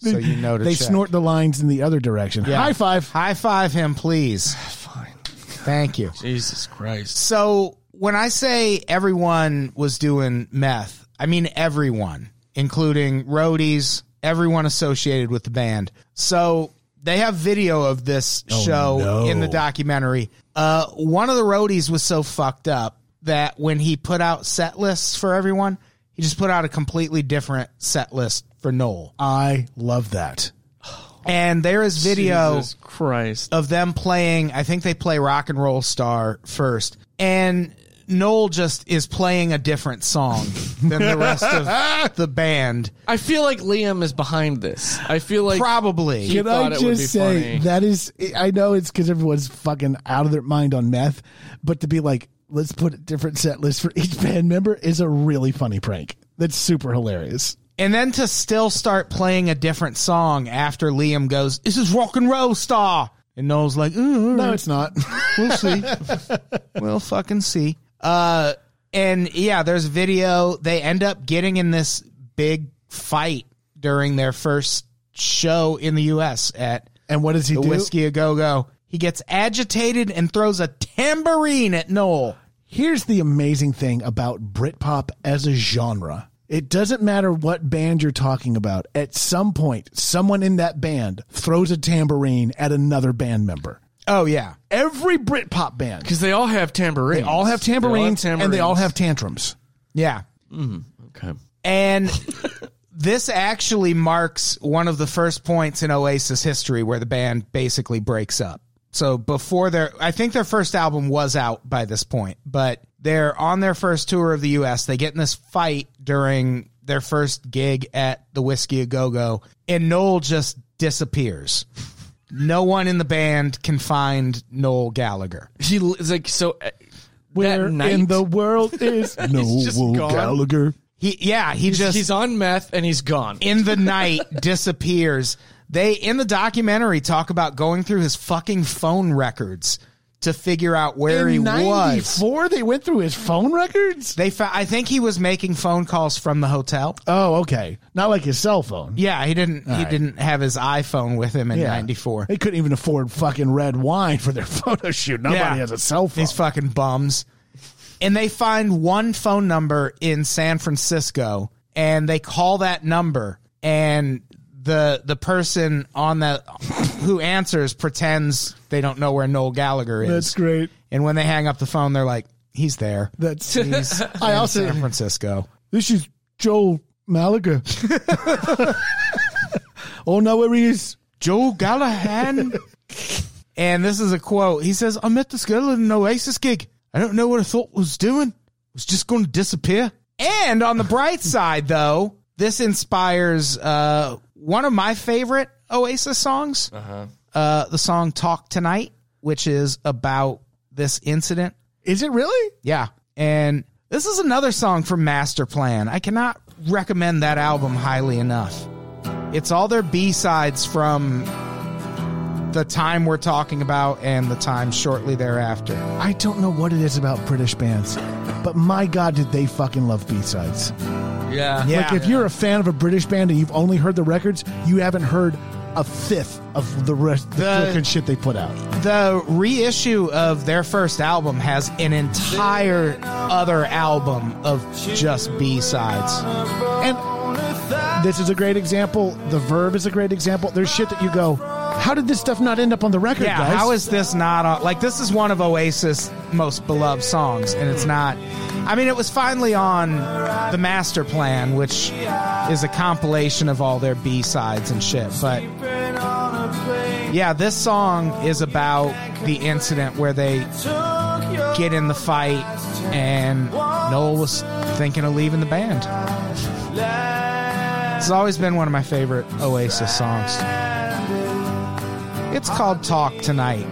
C: so you know to
D: they
C: check.
D: snort the lines in the other direction.
C: Yeah.
D: High five.
C: High five him, please. Fine. Thank you.
E: Jesus Christ.
C: So when I say everyone was doing meth, I mean everyone, including roadies, everyone associated with the band. So they have video of this show
D: no.
C: in the documentary. Uh, one of the roadies was so fucked up that when he put out set lists for everyone, he just put out a completely different set list for Noel.
D: I love that.
C: And there is video
E: Jesus Christ.
C: of them playing. I think they play Rock and Roll Star first, and Noel just is playing a different song than the rest of the band.
E: I feel like Liam is behind this. I feel like
C: Probably.
E: He
D: Can
E: thought
D: I
E: it would be
D: just say
E: funny.
D: that is? I know it's because everyone's fucking out of their mind on meth, but to be like, let's put a different set list for each band member is a really funny prank. That's super hilarious.
C: And then to still start playing a different song after Liam goes, "This is Rock and Roll Star," and Noel's like, "Mm, all
D: No,
C: right,
D: it's not.
C: we'll see. we'll fucking see. Uh, and yeah, there's video. They end up getting in this big fight during their first show in the U.S. at
D: and what does he
C: the
D: do?
C: whiskey a go go. He gets agitated and throws a tambourine at Noel.
D: Here's the amazing thing about Britpop as a genre. It doesn't matter what band you're talking about. At some point, someone in that band throws a tambourine at another band member.
C: Oh yeah,
D: Every Britpop band,
E: because they all have tambourines.
D: they all have tambourines, and they all have tantrums.
C: yeah.
E: Mm, Okay.
C: And this actually marks one of the first points in Oasis history where the band basically breaks up. So before their, I think their first album was out by this point, but they're on their first tour of the U.S. They get in this fight during their first gig at the Whiskey a Go Go, and Noel just disappears. No one in the band can find Noel Gallagher.
E: He is like so. uh,
D: Where
E: that night,
D: in the world is
E: just
D: Noel
E: gone.
D: Gallagher?
C: He, yeah, he just
E: he's on meth and he's gone.
C: in the night disappears. They in the documentary talk about going through his fucking phone records to figure out where he
D: in
C: was.
D: '94, they went through his phone records.
C: They found, I think he was making phone calls from the hotel.
D: Oh, okay, not like his cell phone.
C: Yeah, he didn't he
D: right.
C: didn't have his iPhone with him in
D: Yeah.
C: 94.
D: They couldn't even afford fucking red wine for their photo shoot. Nobody
C: Yeah.
D: has a cell phone.
C: These fucking bums. And they find one phone number in San Francisco and they call that number and the the person on that who answers pretends they don't know where Noel Gallagher is.
D: That's great.
C: And when they hang up the phone, they're like, "He's there."
D: That's
C: He's
D: I
C: in
D: also-
C: San Francisco.
D: this is Joel Malaga. oh no, where he is?
C: Joe Gallahan. and this is a quote. He says, I met this girl at an Oasis gig. I don't know what I thought was doing. It was just going to disappear. And on the bright side, though, this inspires uh, one of my favorite Oasis songs, uh-huh. the song Talk Tonight, which is about this incident.
D: Is it really?
C: Yeah. And this is another song from Master Plan. I cannot recommend that album highly enough. It's all their B sides from the time we're talking about and the time shortly thereafter.
D: I don't know what it is about British bands, but my god, did they fucking love B sides.
E: yeah.
D: Like if you're a fan of a British band and you've only heard the records, you haven't heard a fifth of the rest the,
C: The-
D: fucking shit they put out.
C: The reissue of their first album has an entire other album of just B sides.
D: And this is a great example. The Verb is a great example. There's shit that you go, how did this stuff not end up on the record,
C: Yeah,
D: guys?
C: how is this not on? Like, this is one of Oasis most beloved songs, and it's not. I mean, it was finally on the master plan, which is a compilation of all their B sides and shit. But yeah, this song is about the incident where they get in the fight, and Noel was thinking of leaving the band. It's always been one of my favorite Oasis songs. It's called Talk Tonight.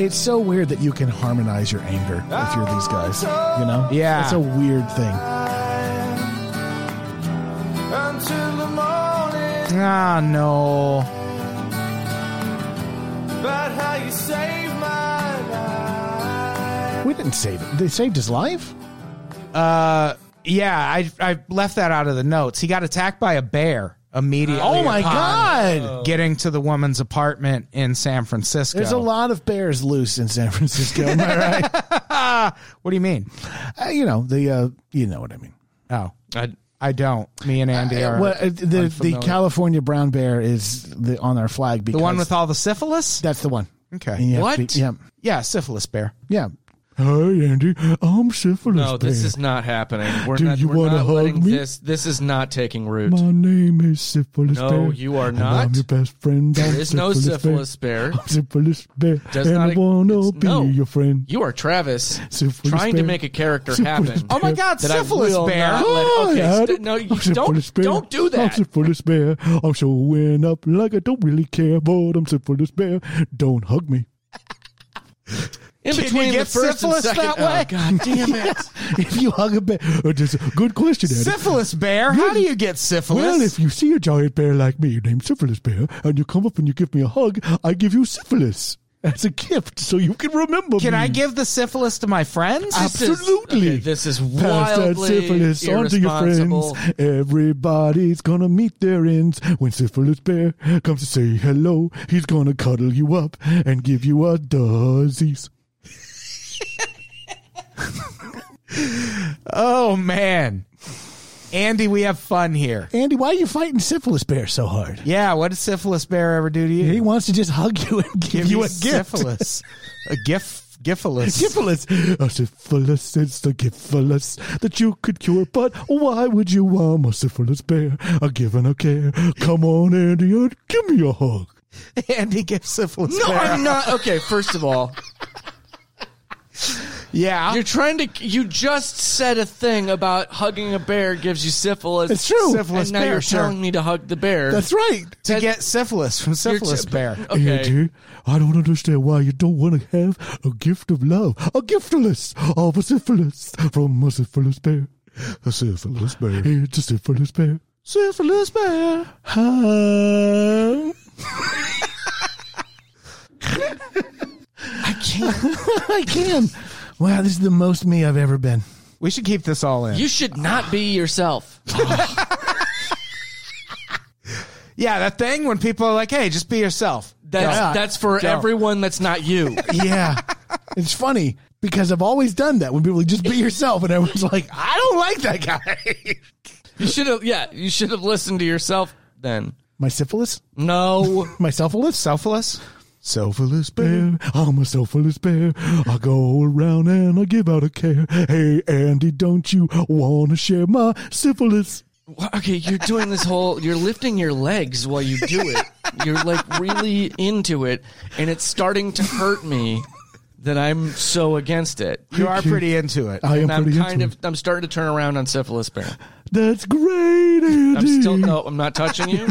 D: It's so weird that you can harmonize your anger if you're these guys. You know?
C: Yeah.
D: It's a weird thing.
N: Until the morning,
C: Ah, no.
N: about how you saved my life.
D: We didn't save it. They saved his life?
C: Uh, yeah, I I left that out of the notes. He got attacked by a bear immediately.
D: Oh, my
C: upon
D: God.
C: Getting to the woman's apartment in San Francisco.
D: There's a lot of bears loose in San Francisco. Am I right?
C: Ah, what do you mean?
D: Uh, you know, the, uh, you know what I mean.
C: Oh, I I don't. Me and Andy are
D: Well, uh, the, the
C: unfamiliar.
D: California brown bear is the, on our flag because
C: the one with all the syphilis.
D: that's the one.
C: Okay.
D: And you have
E: What?
D: to- yeah.
C: Yeah, syphilis bear.
D: Yeah. Hey, Andy. I'm syphilis.
E: No, this
D: bear.
E: is not happening. We're
D: Do
E: not,
D: you
E: we're
D: wanna
E: not
D: hug
E: letting
D: me?
E: this. This is not taking root.
D: My name is Syphilis
E: No,
D: Bear.
E: you are
D: and
E: not.
D: I'm your best friend.
E: There
D: I'm
E: is no syphilis bear.
D: I'm syphilis bear.
E: Does
D: and
E: not
D: I wanna
E: it's-
D: be
E: no.
D: your friend.
E: You are Travis
D: Syphilis
E: trying to
D: bear.
E: make a character
D: Syphilis
E: happen.
D: bear.
C: Oh my God,
E: That I
C: syphilis
E: will
C: bear.
E: not let- okay,
D: Hi,
E: st-
D: Adam.
E: no, you
D: I'm syphilis
E: don't.
D: bear.
E: Don't do
D: I'm
E: that.
D: syphilis bear. I'm showing up like I don't really care, but I'm syphilis bear. Don't hug me.
E: In
C: Can you
E: between
C: get
E: the first and
C: syphilis
E: second.
C: that
E: oh,
C: way?
E: God damn it!
D: Uh, if you hug a bear, uh, just a good question, Adam.
C: Syphilis bear. How do you get syphilis?
D: Well, if you see a giant bear like me named Syphilis Bear, and you come up and you give me a hug, I give you syphilis as a gift so you can remember
C: Can
D: me.
E: Hmm.
C: I give the syphilis to my friends?
E: This is-
D: Absolutely.
E: okay, this is
D: Pass that
E: wildly
D: syphilis on to your friends.
E: irresponsible.
D: Everybody's gonna meet their ends. When Syphilis Bear comes to say hello, he's gonna cuddle you up and give you a dozies.
C: Oh man, Andy, we have fun here.
D: Andy, why are you fighting Syphilis Bear so hard?
C: Yeah, what did syphilis bear ever do to you?
D: He wants to just hug you and give, you a gift.
C: syphilis, a gif, gifilus.
D: Syphilis. A syphilis is the syphilis that you could cure, but why would you harm a syphilis bear? A given a care. Come on, Andy, and give me a hug.
C: Andy gives syphilis.
E: No,
C: bear.
E: I'm not. Okay, first of all,
C: Yeah,
E: you're trying to. You just said a thing about hugging a bear gives you syphilis.
D: It's true.
C: Syphilis
E: and now
C: bear,
E: you're
C: sure.
E: telling me to hug the bear.
D: That's right.
C: to get syphilis from syphilis
E: t-
C: bear.
E: okay.
D: Andy, I don't understand why you don't want to have a gift of love, a giftless of a syphilis from a syphilis bear.
F: A syphilis bear.
D: It's a syphilis bear.
C: Syphilis bear.
D: Huh?
E: I can't.
D: I can. Wow, this is the most me I've ever been.
C: We should keep this all in.
E: You should not be yourself.
C: yeah, that thing when people are like, "Hey, just be yourself."
E: That's
D: Yeah.
E: that's for
C: Don't.
E: everyone that's not you.
D: yeah. It's funny because I've always done that when people like, just be yourself, and everyone's like, I don't like that guy.
E: You should have yeah, you should have listened to yourself then.
D: My syphilis?
E: No.
D: My syphilis?
C: Syphilis.
D: Selfless bear, I'm a selfless bear. I go around and I give out a care. Hey, Andy, don't you want to share my syphilis?
E: Wha- Okay, you're doing this whole you're lifting your legs while you do it. You're like really into it and it's starting to hurt me that I'm so against it.
C: You are pretty into it.
D: I am
E: And I'm
D: pretty
E: kind
D: into
E: of
D: it.
E: I'm starting to turn around on syphilis bear.
D: That's great, Andy.
E: I'm still no, I'm not touching you.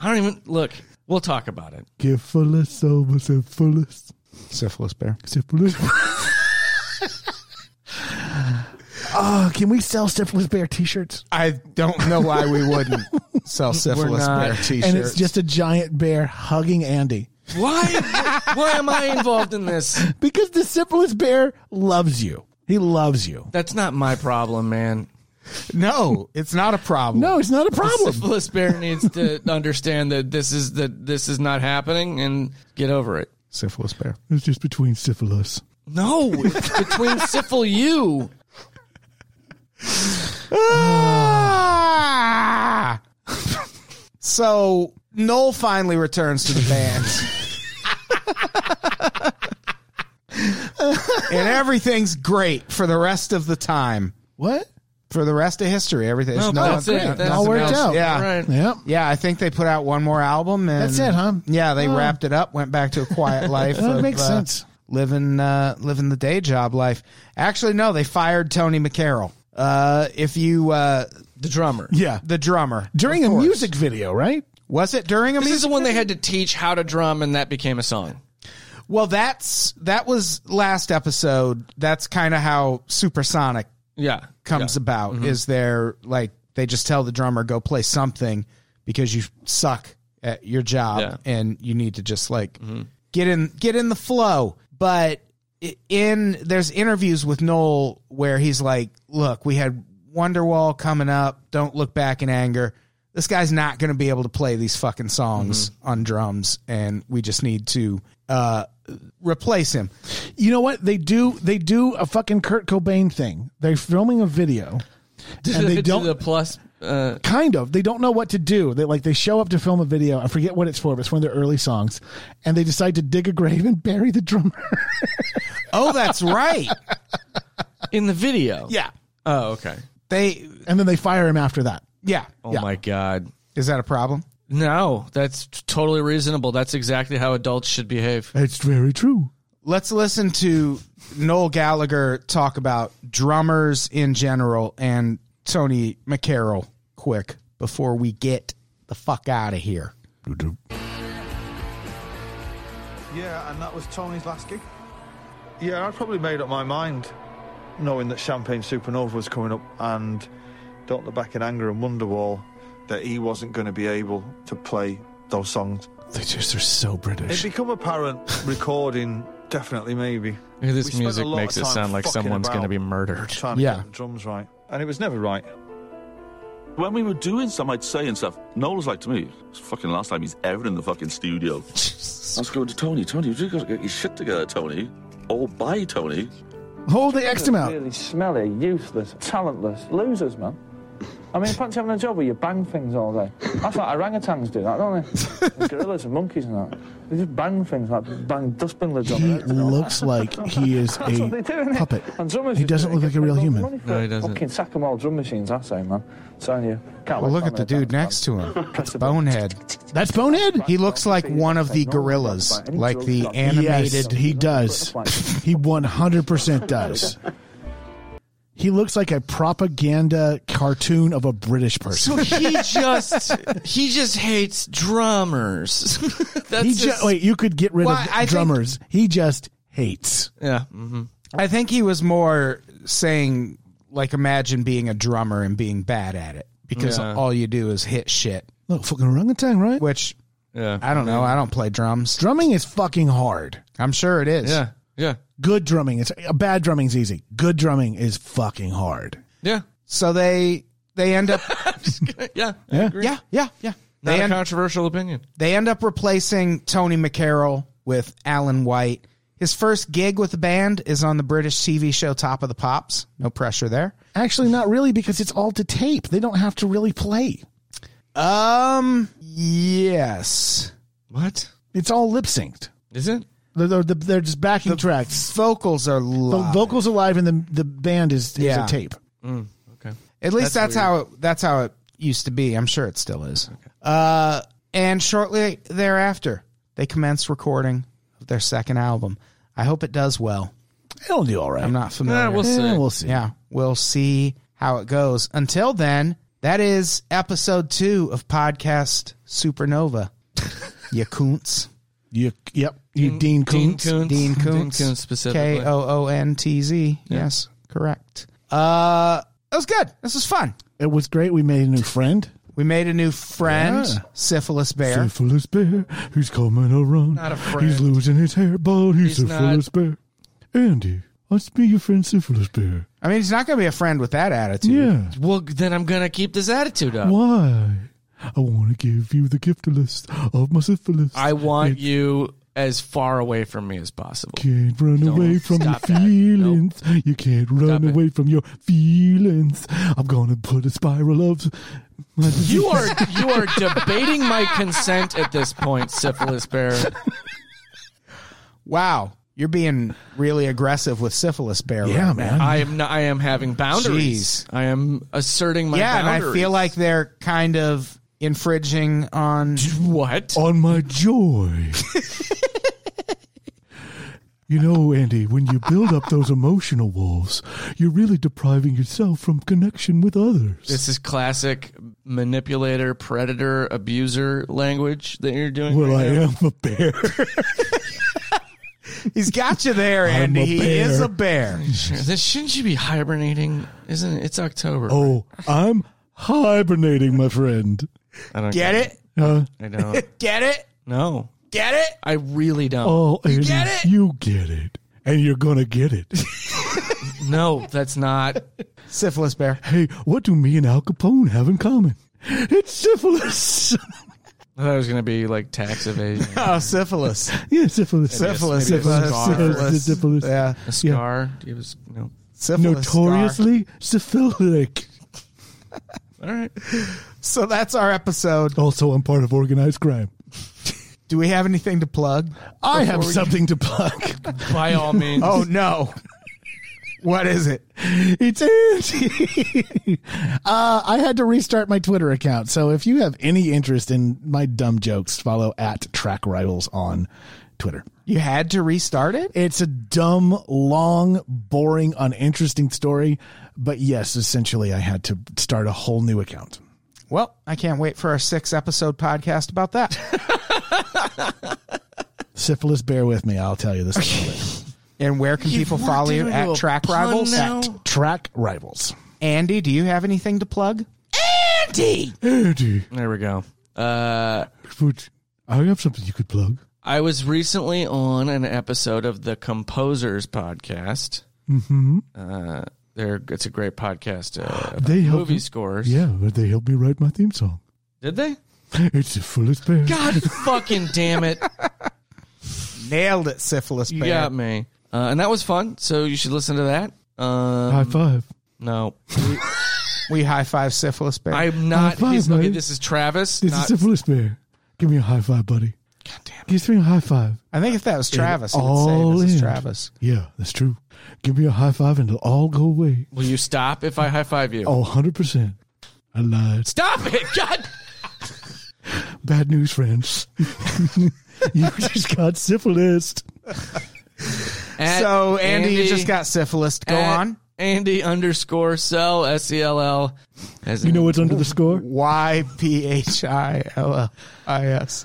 E: I don't even look. We'll talk about it.
D: Syphilis over syphilis.
C: Syphilis bear.
D: Syphilis. oh, can we sell syphilis bear t-shirts?
C: I don't know why we wouldn't sell syphilis
E: not.
C: bear
E: And
C: t-shirts.
D: And it's just a giant bear hugging Andy.
E: Why why am I involved in this?
D: Because the syphilis bear loves you. He loves you.
E: That's not my problem, man.
C: no, it's not a problem.
D: No, it's not a
E: The
D: problem.
E: syphilis bear needs to understand that this is that this is not happening and get over it.
C: syphilis bear.
D: It's just between syphilis.
E: No, it's between syphil you.
C: Ah! so Noel finally returns to the band. and everything's great for the rest of the time.
D: What?
C: For the rest of history, everything's
D: No,
C: no,
D: that's it.
C: yeah,
D: That's all worked out.
C: Yeah,
D: Right. Yep.
C: yeah. I think they put out one more album, and
D: That's it, huh?
C: Yeah, they
D: Oh.
C: wrapped it up, went back to a quiet life.
D: That
C: of,
D: makes
C: uh,
D: sense.
C: living uh, living the day job life. Actually, no, they fired Tony McCarroll. Uh, if you uh,
E: the drummer,
D: yeah,
C: the drummer
D: during a music video, right?
C: Was it during a
E: This
C: music?
E: is the one they had to teach how to drum, and that became a song.
C: Well, that's that was last episode. That's kind of how Supersonic
E: Yeah.
C: comes
E: Yeah.
C: about.
E: Mhm.
C: Is there like they just tell the drummer go play something because you suck at your job
E: Yeah. Mm-hmm.
C: and you need to just like get in get in the flow. But i- in there's interviews with Noel where he's like, "Look, we had Wonderwall coming up. Don't look back in anger." This guy's not going to be able to play these fucking songs
E: Mm-hmm.
C: on drums, and we just need to uh, replace him.
D: You know what? They do they do a fucking Kurt Cobain thing. They're filming a video. And they
E: To
D: don't
E: the plus. Uh,
D: kind of they don't know what to do they like they show up to film a video i forget what it's for but it's one of their early songs and they decide to dig a grave and bury the drummer
C: oh that's right
E: in the video
C: yeah
E: oh, okay.
C: they
D: and then they fire him after that
C: Yeah.
E: Oh my god.
C: Is that a problem?
E: No, that's totally reasonable. That's exactly how adults should behave.
D: it's very true
C: Let's listen to Noel Gallagher talk about drummers in general and Tony McCarroll quick before we get the fuck out of here.
G: Yeah, and that was Tony's last gig. Yeah, I'd probably made up my mind, knowing that Champagne Supernova was coming up and Don't Look Back in Anger and Wonderwall, that he wasn't going to be able to play those songs.
D: they just are so british
G: It become apparent recording, definitely, maybe.
E: Look at this
G: We spent a
E: music
G: lot
E: makes
G: of
E: it
G: time
E: sound like
G: fucking
E: someone's
G: about
E: going to be murdered.
G: Trying to
E: Yeah.
G: get the drums right, and it was never right.
O: When we were doing some, I'd say and stuff, Noel was like to me, it's fucking last time he's ever in the fucking studio. I was going to Tony, Tony, you gotta get your shit together, Tony. Oh, bye, Tony.
D: oh they xed him out
L: Really smelly, useless, talentless, losers, man. I mean, fancy having a job where you bang things all day. That's like orangutans do that, don't they? And gorillas and monkeys and that. They just bang things like bang dustbin lids on
D: he
L: their heads and all that.
D: looks like he is
L: That's what they
D: a
L: do, innit?
D: puppet
L: And drummers
D: he
L: just do
D: doesn't
L: it,
D: look
L: get
D: like a real
L: loads of
D: human
L: money for it. Fucking sack 'em all drum machines, I say, man. Telling you. Can't
C: Well, look
L: wait for
C: at the
L: them
C: dude next to him. That's Bonehead.
D: That's Bonehead?
C: He looks like one of the gorillas, like the animated.
D: yes, he does he 100% does he looks like a propaganda cartoon of a british
E: So
D: person
E: he just he just hates drummers. That's
D: he
E: just-
D: ju- wait you could get rid
E: Well,
D: of
E: I think-
D: drummers he just hates
E: Yeah. Mm-hmm.
C: I think he was more saying, like, imagine being a drummer and being bad at it because
D: Yeah.
C: all you do is hit shit.
D: Look, fucking orangutan, right?
C: Which
E: yeah,
C: I don't know. I don't play drums.
D: Drumming is fucking hard.
C: I'm sure it is.
E: Yeah. Yeah.
D: Good drumming is uh, bad drumming's easy. Good drumming is fucking hard.
E: Yeah.
C: So they they end up
E: Yeah.
D: Yeah.
C: yeah yeah yeah.
E: Not
C: They
E: a
C: end,
E: controversial opinion.
C: they end up replacing Tony McCarroll with Alan White. His first gig with the band is on the British TV show Top of the Pops. No pressure there.
D: Actually, not really because it's all to tape. They don't have to really play.
C: Um. Yes.
E: What
D: It's all lip synced.
E: is it?
D: They're, they're, they're just backing tracks.
C: Vocals are
D: The
C: live.
D: vocals alive and the the band is, is
C: Yeah.
D: a tape.
E: Okay.
C: At least that's, how it, that's how it used to be. I'm sure it still is. Uh, and shortly thereafter, they commence recording of their second album. I hope it does well.
D: It'll do all right.
C: I'm not familiar.
E: Yeah, Eh, we'll see. Yeah, we'll see.
C: Yeah, we'll see how it goes. Until then, that is episode two of podcast Supernova. you coons.
D: You, yep. You Dean Koontz.
C: Dean Koontz.
E: Koontz specifically.
C: K O O N T Z. Yes, correct. Uh, that was good. This was fun.
D: It was great. We made a new friend.
C: We made a new friend,
D: Yeah.
C: Syphilis Bear.
D: Syphilis bear, he's coming around.
C: Not a
D: He's
C: friend.
D: losing his hair, but he's,
E: He's
D: syphilis bear. Andy, let's be your friend, syphilis bear.
C: I mean, he's not going to be a friend with that attitude.
D: Yeah.
E: Well, then I'm gonna keep this attitude up.
D: Why? I want to give you the gift list of my syphilis.
E: I want you as far away from me as possible.
D: Can't run away from your
E: stop that.
D: feelings. You can't run away from your feelings. I'm gonna put a spiral of. my
E: You are you are debating my consent at this point, syphilis bear.
C: Wow. You're being really aggressive with syphilis, bear. right now.
E: I am. Not, I am having boundaries. I am asserting my.
C: yeah,
E: boundaries.
C: and I feel like they're kind of infringing on
E: what
D: on my joy. you know, Andy, when you build up those emotional walls, you're really depriving yourself from connection with others.
E: This is classic manipulator, predator, abuser language that you're doing.
D: Well,
E: right
D: I
E: now.
D: am a bear.
C: He's got you there,
E: I'm
C: Andy.
E: a
C: He
E: bear.
C: is a bear.
E: This shouldn't you be hibernating? Isn't it? It's October.
D: Oh, I'm hibernating, my friend.
E: I don't
C: Get it?
D: Uh,
E: I don't.
C: Get it?
E: No.
C: Get it?
E: I really don't.
D: Oh, Andy, you get it. And you're going to get it.
E: No, that's not.
C: syphilis bear.
D: Hey, what do me and Al Capone have in common? It's syphilis.
E: I thought it was going to be like tax evasion.
C: Oh, syphilis.
D: yeah, syphilis.
E: Syphilis.
D: Syphilis.
E: Maybe a scar.
D: Syphilis. Syphilis.
C: Yeah.
E: A scar? Do you have a s- no.
D: Notoriously syphilitic.
E: All right.
C: So that's our episode.
D: Also, I'm part of organized crime.
C: Do we have anything to plug?
D: I have
C: Before we-
D: something to plug.
E: By all means.
C: Oh no. What is it?
D: It's Andy. uh, I had to restart my Twitter account. So if you have any interest in my dumb jokes, follow at Track Rivals on Twitter.
C: You had to restart it?
D: It's a dumb, long, boring, uninteresting story. But yes, essentially, I had to start a whole new account.
C: Well, I can't wait for our six episode podcast about that.
D: Syphilis, bear with me. I'll tell you this. a little bit.
C: And where can people follow you at Track Rivals?
D: At Track Rivals.
C: Andy, do you have anything to plug? Andy!
D: Andy,
E: There we go. Uh,
D: would- I have something you could plug.
E: I was recently on an episode of the Composers podcast.
D: Mm-hmm.
E: Uh, they're, it's a great podcast. Uh, about
D: They help
E: movie
D: me-
E: scores.
D: Yeah, but they helped me write my theme song.
E: Did they?
D: It's syphilis, bear.
E: God fucking damn it.
C: Nailed it, syphilis
E: You
C: bear.
E: got me. Uh, and that was fun. So you should listen to that. Um,
D: High five.
E: No.
C: We high five syphilis bear.
E: I'm not.
D: High five,
E: he's- okay,
D: buddy.
E: this is Travis.
D: This
E: not-
D: is syphilis, bear. Give me a high five, buddy. God damn it. Give me a high five.
C: I think if that was Travis, he would
D: All
C: say this is
D: in.
C: Travis.
D: Yeah, that's true. Give me a high five and it'll all go away.
E: Will you stop if I high five you?
D: Oh, 100%. I lied.
E: Stop it! God.
D: Bad news, friends. you just got syphilis.
C: so, Andy, you just got syphilis. Go
E: at
C: on.
E: Andy underscore cell S E L L. As in-
D: what's under the score?
C: Y P H I L L I S.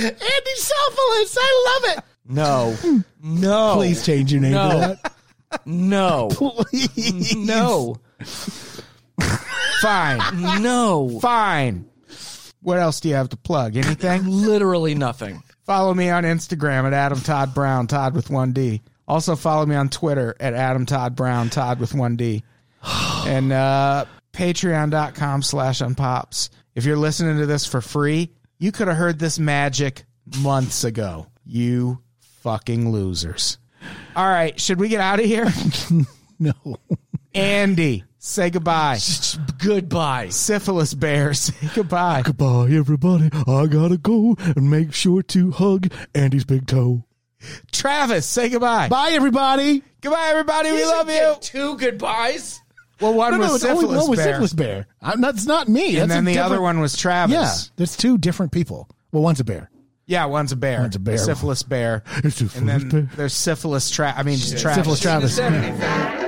D: Andy syphilis. I love it.
C: No.
E: no.
D: Please change your name
E: No.
D: to that.
E: No.
D: Please.
E: No.
C: Fine.
E: No.
C: Fine. What else do you have to plug? Anything?
E: Literally nothing.
C: follow me on Instagram at Adam Todd Brown, Todd with one D. Also follow me on Twitter at Adam Todd Brown, Todd with one D. And uh, patreon.com slash unpops. If you're listening to this for free, you could have heard this magic months ago. You fucking losers. All right, should we get out of here?
D: No.
C: Andy, say goodbye.
E: Goodbye.
C: Syphilis Bear, say goodbye.
D: Goodbye, everybody. I gotta go and make sure to hug Andy's big toe.
C: Travis, say goodbye.
D: Bye, everybody.
C: Goodbye, everybody. We love you.
E: Two goodbyes.
C: Well, one
D: No,
C: was
D: no, it's only
C: syphilis
D: one was
C: bear,
D: syphilis bear. I'm, that's not me.
C: and
D: That's
C: then
D: a
C: the other
D: different-
C: one was
D: Yeah,
C: Travis.
D: there's two different people. Well, one's a bear.
C: Yeah, one's a bear.
D: One's a bear.
C: syphilis bear.
D: It's syphilis
C: And then
D: bear.
C: there's syphilis. Tra- I mean, Travis.
D: Syphilis Travis.
E: Anything.